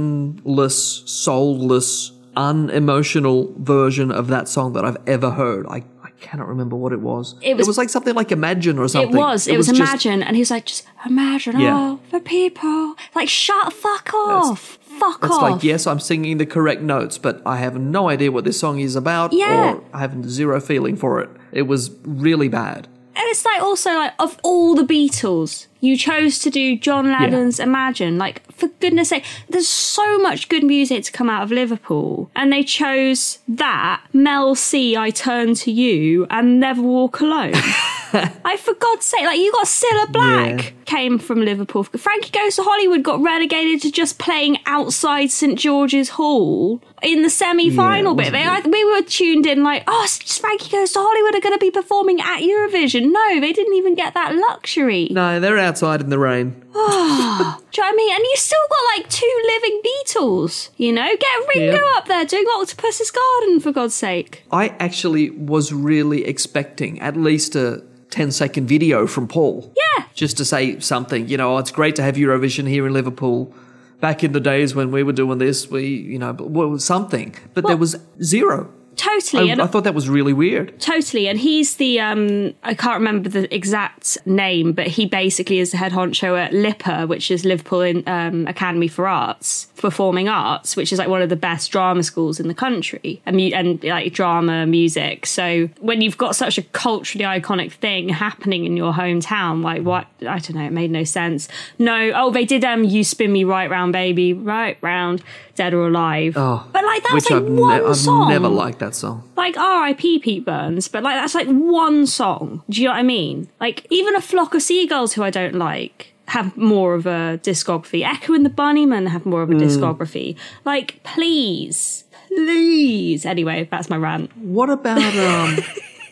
Speaker 1: passionless, soulless, unemotional version of that song that I've ever heard. I I cannot remember what it was. It
Speaker 2: was-
Speaker 1: like something like Imagine or
Speaker 2: It
Speaker 1: something.
Speaker 2: was, it, was,
Speaker 1: just-
Speaker 2: Imagine, and he was like, just imagine
Speaker 1: Yeah.
Speaker 2: all the people. Like, shut the fuck off. fuck
Speaker 1: It's
Speaker 2: off.
Speaker 1: like, yes, I'm singing the correct notes, but I have no idea what this song is about
Speaker 2: Yeah.
Speaker 1: or I have zero feeling for it. It was really bad.
Speaker 2: And it's like also like of all the Beatles, you chose to do John Lennon's Imagine. Like for goodness sake, there's so much good music to come out of Liverpool, and they chose that Mel C. I turn to you and never walk alone. I for God's sake, like you got Cilla Black
Speaker 1: Yeah.
Speaker 2: came from Liverpool. Frankie Goes to Hollywood got relegated to just playing outside St George's Hall in the semi-final
Speaker 1: Yeah,
Speaker 2: bit.
Speaker 1: it wasn't
Speaker 2: They,
Speaker 1: good.
Speaker 2: I, we were tuned in like, oh, it's just Frankie Goes to Hollywood are going to be performing at Eurovision. No, they didn't even get that luxury.
Speaker 1: No, they're outside in the rain.
Speaker 2: Do you know what I mean? And you still got like two living Beatles. You know, get Ringo
Speaker 1: Yeah.
Speaker 2: up there doing Octopus's Garden for God's sake.
Speaker 1: I actually was really expecting at least a 10 second video from Paul.
Speaker 2: Yeah.
Speaker 1: Just to say something, you know, "Oh, it's great to have Eurovision here in Liverpool. back in the days when we were doing this, we, you know, but- well, something. But there was zero.
Speaker 2: Totally.
Speaker 1: I,
Speaker 2: and
Speaker 1: I thought that was really weird.
Speaker 2: Totally, and he's the um I can't remember the exact name, but he basically is the head honcho at LIPA, which is Liverpool in, um, Academy for Arts, Performing Arts, which is like one of the best drama schools in the country, and, mu- and like drama music. So when you've got such a culturally iconic thing happening in your hometown, like what I don't know, it made no sense. No, oh they did um you spin me right round, baby, right round, dead or alive.
Speaker 1: Oh,
Speaker 2: but like that was
Speaker 1: Which
Speaker 2: like
Speaker 1: I've, ne-
Speaker 2: one
Speaker 1: I've
Speaker 2: song
Speaker 1: never liked that song.
Speaker 2: like R.I.P. Pete Burns, but like that's like one song. Do you know what I mean? Like even a flock of seagulls, who I don't like, have more of a discography. Echo and the Bunnymen have more of a
Speaker 1: Hmm.
Speaker 2: discography. Like please, please. Anyway, that's my rant.
Speaker 1: What about um?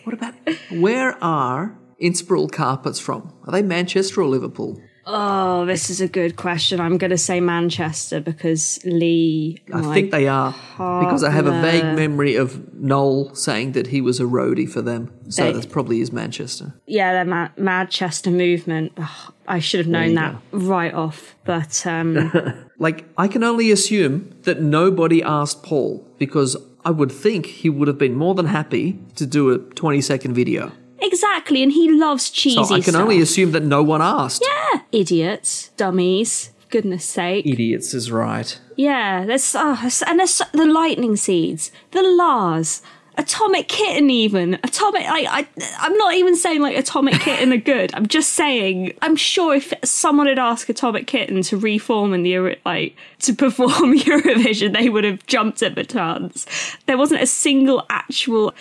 Speaker 1: what about where are Inspiral carpets from? Are they Manchester or Liverpool?
Speaker 2: Oh, this is a good question. I'm going to say Manchester because Lee.
Speaker 1: I think they are because I have a vague memory of Noel saying that he was a roadie for them. So
Speaker 2: They-
Speaker 1: that's probably is Manchester.
Speaker 2: yeah, the Ma- Manchester movement. Ugh, I should have known
Speaker 1: you
Speaker 2: that right off, but um,
Speaker 1: Like I can only assume that nobody asked Paul because I would think he would have been more than happy to do a 20 second video.
Speaker 2: exactly. And he loves cheesy.
Speaker 1: So I can
Speaker 2: stuff.
Speaker 1: only assume that no one asked.
Speaker 2: Yeah, idiots, dummies. Goodness sake.
Speaker 1: Idiots is right.
Speaker 2: Yeah, there's oh, there's- and there's so- the lightning seeds, the Lars, atomic kitten, even atomic. I, I, I'm not even saying like atomic kitten are good. I'm just saying I'm sure if someone had asked atomic kitten to reform in the Euro- like to perform Eurovision, they would have jumped at the chance. There wasn't a single actual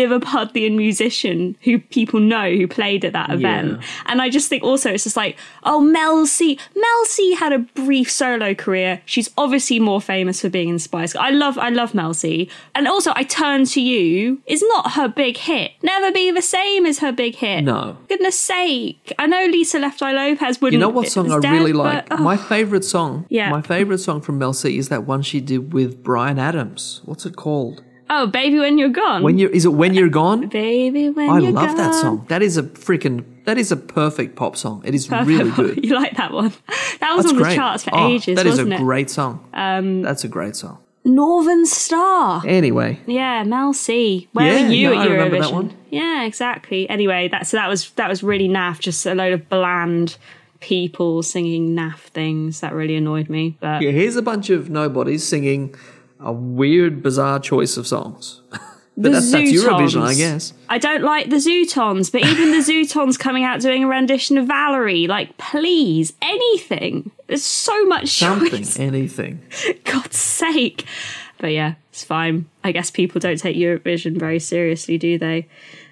Speaker 2: Liverpudlian musician who people know who played at that event. And I just think also it's just like, oh, Mel C. Mel C had a brief solo career. She's obviously more famous for being in Spice. Girls. I love, I love Mel C. And also, I Turn to You is not her big hit. Never Be the Same is her big hit.
Speaker 1: No.
Speaker 2: Goodness sake. I know Lisa Left Eye Lopez wouldn't.
Speaker 1: You know what song
Speaker 2: is
Speaker 1: I
Speaker 2: dead,
Speaker 1: really
Speaker 2: but-
Speaker 1: like?
Speaker 2: oh,
Speaker 1: My favorite song.
Speaker 2: Yeah.
Speaker 1: My favorite song from Mel C is that one she did with Brian Adams. What's it called?
Speaker 2: oh, Baby When You're Gone.
Speaker 1: When you is it when you're gone?
Speaker 2: Baby When
Speaker 1: I
Speaker 2: You're
Speaker 1: love
Speaker 2: Gone.
Speaker 1: that song. That is a freaking that is a perfect pop song. It is
Speaker 2: Perfect.
Speaker 1: really good.
Speaker 2: you like that one? That was
Speaker 1: That's
Speaker 2: on the
Speaker 1: great.
Speaker 2: charts for
Speaker 1: Oh,
Speaker 2: ages,
Speaker 1: That is
Speaker 2: wasn't
Speaker 1: a
Speaker 2: it?
Speaker 1: great song. Um, That's a great song.
Speaker 2: Northern Star.
Speaker 1: Anyway,
Speaker 2: Yeah, Mel C. Where
Speaker 1: Yeah,
Speaker 2: were you
Speaker 1: no,
Speaker 2: at
Speaker 1: I
Speaker 2: Eurovision?
Speaker 1: remember that one.
Speaker 2: Yeah, exactly. Anyway, that so that was that was really naff. Just a load of bland people singing naff things that really annoyed me. But
Speaker 1: yeah, here's a bunch of nobodies singing a weird, bizarre choice of songs. but that's, that's Eurovision, I
Speaker 2: Zootons.
Speaker 1: guess.
Speaker 2: I don't like the Zootons, but even the Zootons coming out doing a rendition of Valerie, like please, anything. There's so much
Speaker 1: Something,
Speaker 2: choice.
Speaker 1: anything.
Speaker 2: God's sake. But yeah, it's fine. I guess people don't take Eurovision very seriously, do they?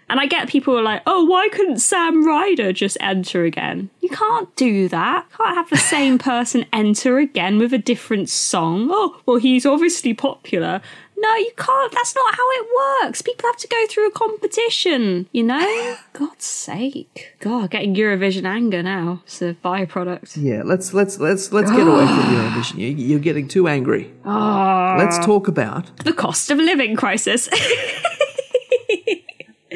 Speaker 2: And I get people are like, oh, why couldn't Sam Ryder just enter again? You can't do that. You can't have the same person enter again with a different song. Oh, well, he's obviously popular. No, you can't. That's not how it works. People have to go through a competition, you know? God's sake. God, getting Eurovision anger now. It's a byproduct.
Speaker 1: Yeah, let's let's let's let's get away from Eurovision. You- You're getting too angry.
Speaker 2: Ah.
Speaker 1: Let's talk about
Speaker 2: The cost of living crisis.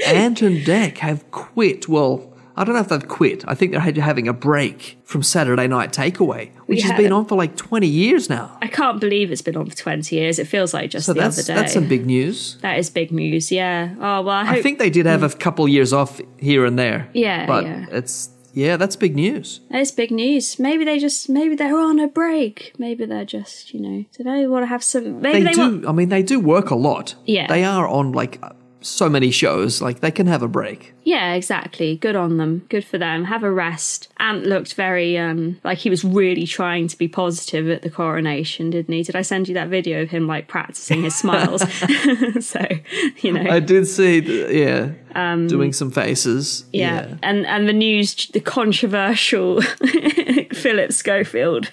Speaker 1: Ant and Deck have quit. Well, I don't know if they've quit. I think they're had- having a break from Saturday Night Takeaway, which
Speaker 2: Yeah.
Speaker 1: has been on for like 20 years now.
Speaker 2: I can't believe it's been on for 20 years. It feels like just
Speaker 1: So
Speaker 2: the
Speaker 1: that's
Speaker 2: other day.
Speaker 1: that's some big news.
Speaker 2: that is big news, yeah. Oh, well, I hope.
Speaker 1: I think they did have a couple years off here and there.
Speaker 2: Yeah,
Speaker 1: but
Speaker 2: yeah.
Speaker 1: it's yeah, that's big news.
Speaker 2: that is big news. Maybe they just. Maybe they're on a break. Maybe they're just, you know. Do they want to have some. Maybe
Speaker 1: They,
Speaker 2: they,
Speaker 1: do.
Speaker 2: want.
Speaker 1: I mean, they do work a lot.
Speaker 2: Yeah.
Speaker 1: they are on like so many shows. Like they can have a break.
Speaker 2: Yeah, exactly. Good on them. Good for them. Have a rest. Ant looked very. um Like he was really trying to be positive at the coronation, didn't he? Did I send you that video of him, like, practicing his smiles? so, you know.
Speaker 1: I did see, th- yeah, doing some faces.
Speaker 2: Um, yeah. and and the news, the controversial Philip Schofield.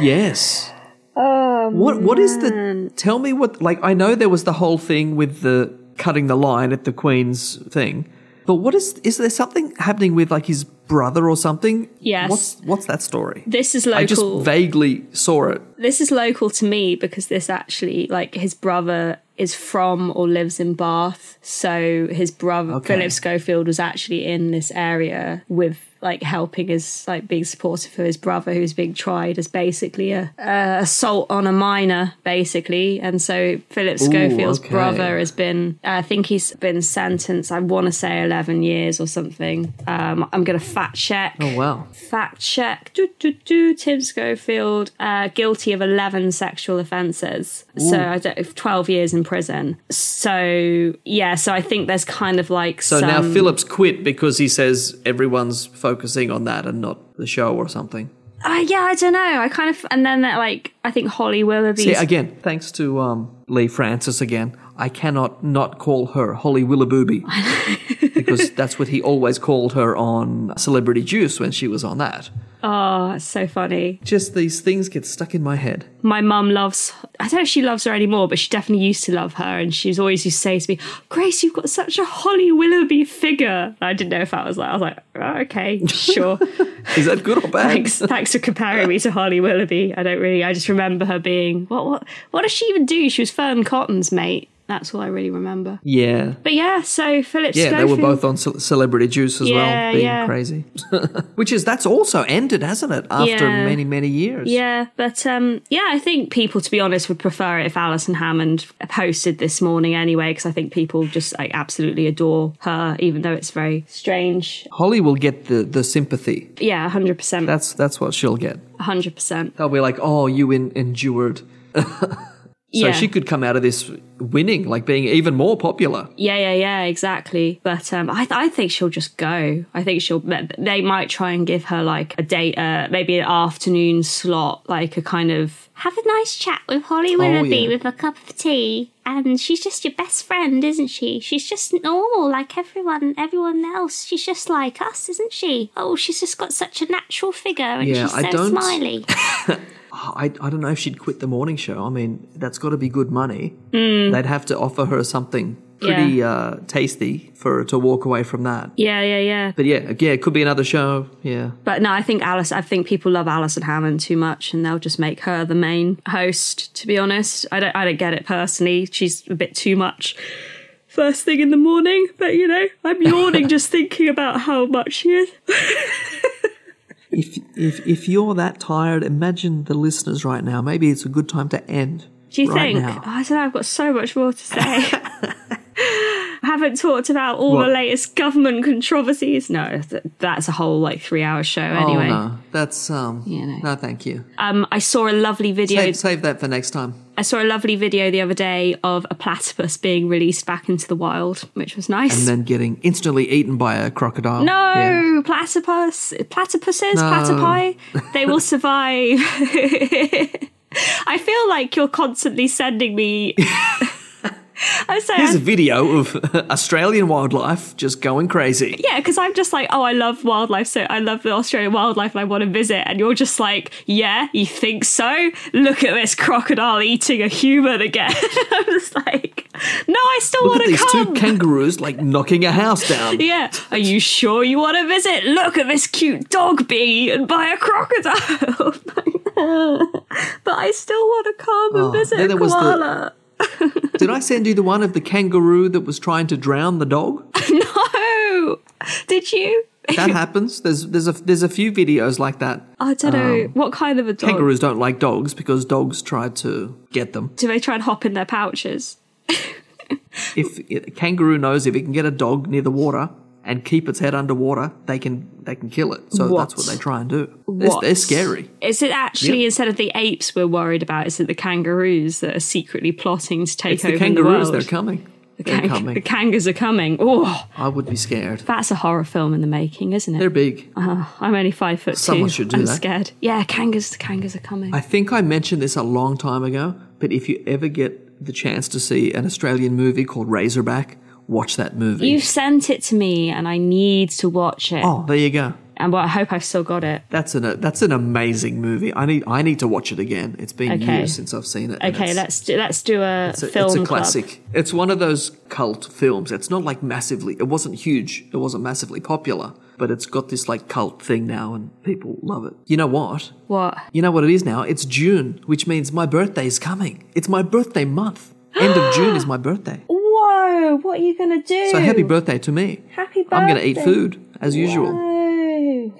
Speaker 1: Yes.
Speaker 2: Oh,
Speaker 1: what what is the tell me what like I know there was the whole thing with the cutting the line at the Queen's thing. But what is is there something happening with like his brother or something?
Speaker 2: Yes.
Speaker 1: What's what's that story?
Speaker 2: This is
Speaker 1: I just
Speaker 2: local.
Speaker 1: vaguely saw it.
Speaker 2: this is local to me because this actually, like, his brother is from or lives in Bath. So his brother,
Speaker 1: Okay.
Speaker 2: Philip Schofield, was actually in this area with like helping his like being supportive of his brother who's being tried as basically a uh, assault on a minor basically and so philip schofield's
Speaker 1: okay.
Speaker 2: brother has been i think he's been sentenced i want to say 11 years or something um, i'm gonna fact check
Speaker 1: Oh wow.
Speaker 2: fact check do, do, do, tim schofield uh, guilty of 11 sexual offences so i don't 12 years in prison so yeah so i think there's kind of like
Speaker 1: So
Speaker 2: some,
Speaker 1: now Phillips quit because he says everyone's focusing on that and not the show or something.
Speaker 2: uh, yeah i don't know i kind of and then that like i think holly willoughby
Speaker 1: See, again, thanks to um, Lee Francis again, I cannot not call her Holly Willoughby because that's what he always called her on Celebrity Juice when she was on that.
Speaker 2: oh it's so funny
Speaker 1: Just these things get stuck in my head.
Speaker 2: my mum loves i don't know if she loves her anymore but she definitely used to love her and she's always used to say to me grace you've got such a holly willoughby figure i didn't know if that was like i was like oh, okay sure
Speaker 1: Is that good or bad?
Speaker 2: thanks, thanks for comparing me to Harley Willoughby. I don't really. I just remember her being what? What? What does she even do? She was Fern Cotton's mate. That's all I really remember.
Speaker 1: Yeah.
Speaker 2: But yeah, so Philip.
Speaker 1: Yeah, they
Speaker 2: Schofield,
Speaker 1: were both on Ce- Celebrity Juice as
Speaker 2: Yeah,
Speaker 1: well, being
Speaker 2: yeah.
Speaker 1: crazy. Which is, that's also ended, hasn't it? After
Speaker 2: Yeah.
Speaker 1: many, many years.
Speaker 2: Yeah, but um, yeah, I think people, to be honest, would prefer it if Alison Hammond posted this morning anyway, because I think people just like absolutely adore her, even though it's very strange.
Speaker 1: Holly will get the, the sympathy.
Speaker 2: Yeah, hundred percent,
Speaker 1: That's that's what she'll get.
Speaker 2: hundred percent.
Speaker 1: They'll be like, "Oh, you in- endured." So
Speaker 2: Yeah,
Speaker 1: she could come out of this winning, like being even more popular.
Speaker 2: Yeah, yeah, yeah, exactly. But um, I, th- I think she'll just go. I think she'll. They might try and give her like a date, uh, maybe an afternoon slot, like a kind of
Speaker 3: Have a nice chat with Holly Willoughby
Speaker 1: Oh, yeah.
Speaker 3: with a cup of tea. And she's just your best friend, isn't she? She's just normal, like everyone, everyone else. She's just like us, isn't she? Oh, she's just got such a natural figure, and
Speaker 1: Yeah,
Speaker 3: she's so
Speaker 1: I don't-
Speaker 3: smiley.
Speaker 1: I, I don't know if she'd quit the morning show. I mean, that's got to be good money.
Speaker 2: Mm.
Speaker 1: They'd have to offer her something pretty uh, tasty for her to walk away from that.
Speaker 2: yeah, yeah, yeah.
Speaker 1: But yeah, yeah, it could be another show. Yeah.
Speaker 2: But no, I think Alice. I think people love Alison Hammond too much, and they'll just make her the main host. To be honest, I don't. I don't get it personally. She's a bit too much. First thing in the morning, but you know, I'm yawning just thinking about how much she is.
Speaker 1: If, if if you're that tired, imagine the listeners right now. Maybe it's a good time to end.
Speaker 2: Do you
Speaker 1: right
Speaker 2: think?
Speaker 1: now.
Speaker 2: Oh, I don't know. I've got so much more to say. I haven't talked about all
Speaker 1: What?
Speaker 2: the latest government controversies. No, th- that's a whole like three-hour show anyway.
Speaker 1: Oh no, that's um.
Speaker 2: Yeah, no.
Speaker 1: No, thank you.
Speaker 2: Um, I saw a lovely video.
Speaker 1: Save, save that for next time.
Speaker 2: I saw a lovely video the other day of a platypus being released back into the wild, which was nice.
Speaker 1: And then getting instantly eaten by a crocodile.
Speaker 2: no,
Speaker 1: Yeah.
Speaker 2: platypus, platypuses, platypi, they will survive. I feel like you're constantly sending me. I say
Speaker 1: Here's a video of Australian wildlife just going crazy.
Speaker 2: Yeah, because I'm just like, oh, I love wildlife, so I love the Australian wildlife, and I want to visit. And you're just like, yeah, you think so? Look at this crocodile eating a human again. I'm just like, no, I still
Speaker 1: Look
Speaker 2: want
Speaker 1: at
Speaker 2: to
Speaker 1: these
Speaker 2: come.
Speaker 1: two kangaroos like knocking a house down.
Speaker 2: yeah, are you sure you want to visit? Look at this cute dog being eaten by a crocodile. but I still want to come and
Speaker 1: Oh,
Speaker 2: visit
Speaker 1: then
Speaker 2: a
Speaker 1: there was the-
Speaker 2: koala.
Speaker 1: Did I send you the one of the kangaroo that was trying to drown the dog?
Speaker 2: No, did you?
Speaker 1: That happens. There's there's a there's a few videos like that.
Speaker 2: I don't
Speaker 1: Um,
Speaker 2: know what kind of a dog.
Speaker 1: Kangaroos don't like dogs because dogs try to get them.
Speaker 2: Do they try and hop in their pouches?
Speaker 1: If a kangaroo knows if it can get a dog near the water and keep its head underwater, they can they can kill it. So that's
Speaker 2: What?
Speaker 1: what they try and do. They're,
Speaker 2: What?
Speaker 1: they're scary.
Speaker 2: Is it actually
Speaker 1: Yeah.
Speaker 2: instead of the apes we're worried about? Is it the kangaroos that are secretly plotting to take
Speaker 1: It's
Speaker 2: over
Speaker 1: the kangaroos.
Speaker 2: the world?
Speaker 1: they're coming. They're
Speaker 2: Kang- The
Speaker 1: coming.
Speaker 2: kangas are coming. Oh,
Speaker 1: I would be scared.
Speaker 2: that's a horror film in the making, isn't it?
Speaker 1: They're big.
Speaker 2: Oh, I'm only five foot
Speaker 1: Someone
Speaker 2: two.
Speaker 1: should do
Speaker 2: I'm
Speaker 1: that.
Speaker 2: scared. Yeah, kangas. The kangas are coming.
Speaker 1: I think I mentioned this a long time ago, but if you ever get the chance to see an Australian movie called Razorback, watch that movie.
Speaker 2: You've sent it to me, and I need to watch it.
Speaker 1: oh, there you go.
Speaker 2: And well, I hope I've still got it.
Speaker 1: That's an that's an amazing movie. I need I need to watch it again. It's been
Speaker 2: Okay.
Speaker 1: years since I've seen it. and
Speaker 2: Okay,
Speaker 1: it's-
Speaker 2: let's do, let's do a
Speaker 1: it's a,
Speaker 2: film
Speaker 1: it's a
Speaker 2: club.
Speaker 1: classic. It's one of those cult films. It's not like massively. It wasn't huge. It wasn't massively popular, but it's got this like cult thing now, and people love it. You know what?
Speaker 2: What?
Speaker 1: You know what it is now? It's June, which means my birthday is coming. It's my birthday month. End of June is my birthday.
Speaker 2: Whoa! What are you gonna do?
Speaker 1: So happy birthday to me.
Speaker 2: Happy
Speaker 1: I'm going to eat food as usual.
Speaker 2: Whoa.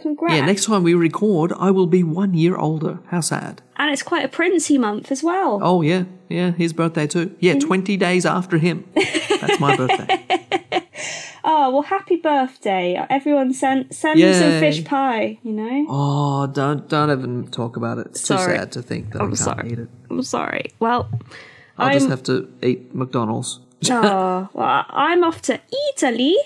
Speaker 3: Congrats.
Speaker 1: Yeah, next time we record, I will be one year older. How sad.
Speaker 2: And it's quite a princey month as well.
Speaker 1: Oh, yeah, yeah, his birthday too. Yeah,
Speaker 2: Mm-hmm.
Speaker 1: 20 days after him. That's my birthday.
Speaker 2: Oh, well, happy birthday. Everyone send, send them some
Speaker 1: Yay.
Speaker 2: fish pie, you know?
Speaker 1: Oh, don't don't even talk about it. It's
Speaker 2: Sorry.
Speaker 1: too sad to think that I
Speaker 2: I'm
Speaker 1: can't
Speaker 2: sorry.
Speaker 1: eat it.
Speaker 2: I'm sorry. Well,
Speaker 1: I'll
Speaker 2: I'm,
Speaker 1: just have to eat McDonald's.
Speaker 2: oh, well, I'm off to Italy.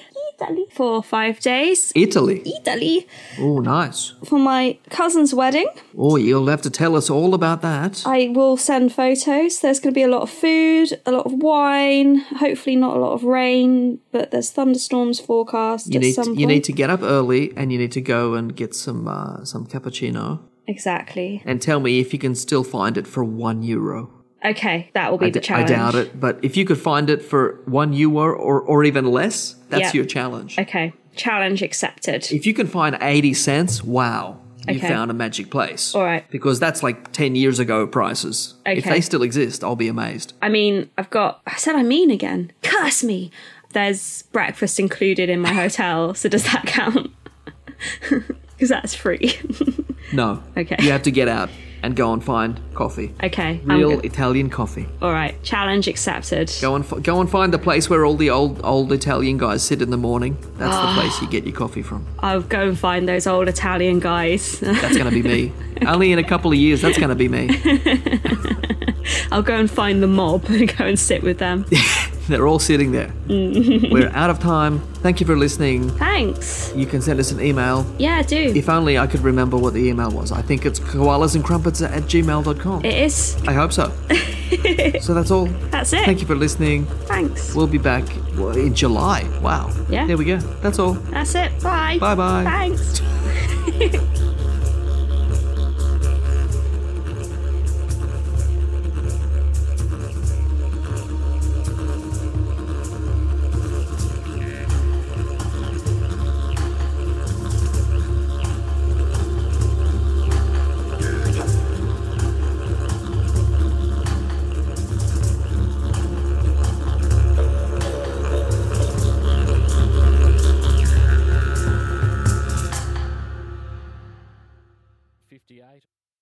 Speaker 2: Italy. For five days. E-
Speaker 1: Italy.
Speaker 2: Italy.
Speaker 1: Oh, nice.
Speaker 2: For my cousin's wedding.
Speaker 1: Oh, you'll have to tell us all about that.
Speaker 2: I will send photos. There's going to be a lot of food, a lot of wine, hopefully not a lot of rain, but there's thunderstorms forecast
Speaker 1: You
Speaker 2: at
Speaker 1: need
Speaker 2: some
Speaker 1: to,
Speaker 2: point.
Speaker 1: you need to get up early and you need to go and get some uh, some cappuccino
Speaker 2: exactly.
Speaker 1: and tell me if you can still find it for 1 euro.
Speaker 2: Okay, that will be
Speaker 1: I
Speaker 2: the
Speaker 1: d- I
Speaker 2: challenge.
Speaker 1: doubt it, but if you could find it for 1 euro or or even less, that's
Speaker 2: Yeah.
Speaker 1: your challenge.
Speaker 2: Okay, challenge accepted.
Speaker 1: If you can find 80 cents, wow. You
Speaker 2: Okay.
Speaker 1: found a magic place.
Speaker 2: All right.
Speaker 1: Because that's like 10 years ago prices. If
Speaker 2: Okay.
Speaker 1: they still exist, I'll be amazed.
Speaker 2: I mean, I've got. I said I mean again. Curse me. There's breakfast included in my hotel, so does that count? Because that's free.
Speaker 1: No.
Speaker 2: Okay.
Speaker 1: You have to get out and go and find coffee.
Speaker 2: okay, I'm
Speaker 1: Real
Speaker 2: good.
Speaker 1: Italian coffee.
Speaker 2: All right, challenge accepted.
Speaker 1: Go and f- go and find the place where all the old old Italian guys sit in the morning. That's the place you get your coffee from.
Speaker 2: I'll go and find those old Italian guys.
Speaker 1: That's going to be me. Only in a couple of years, that's going to be me.
Speaker 2: I'll go and find the mob and go and sit with them.
Speaker 1: They're all sitting there. We're out of time. Thank you for listening.
Speaker 2: Thanks.
Speaker 1: You can send us an email.
Speaker 2: Yeah, I do.
Speaker 1: If only I could remember what the email was. I think it's koalasandcrumpets at gmail.com.
Speaker 2: it is.
Speaker 1: I hope so. so that's all.
Speaker 2: That's it.
Speaker 1: Thank you for listening.
Speaker 2: Thanks.
Speaker 1: We'll be back well, in July. Wow.
Speaker 2: Yeah.
Speaker 1: There we go. That's all.
Speaker 2: That's it. Bye.
Speaker 1: Bye-bye.
Speaker 2: Thanks.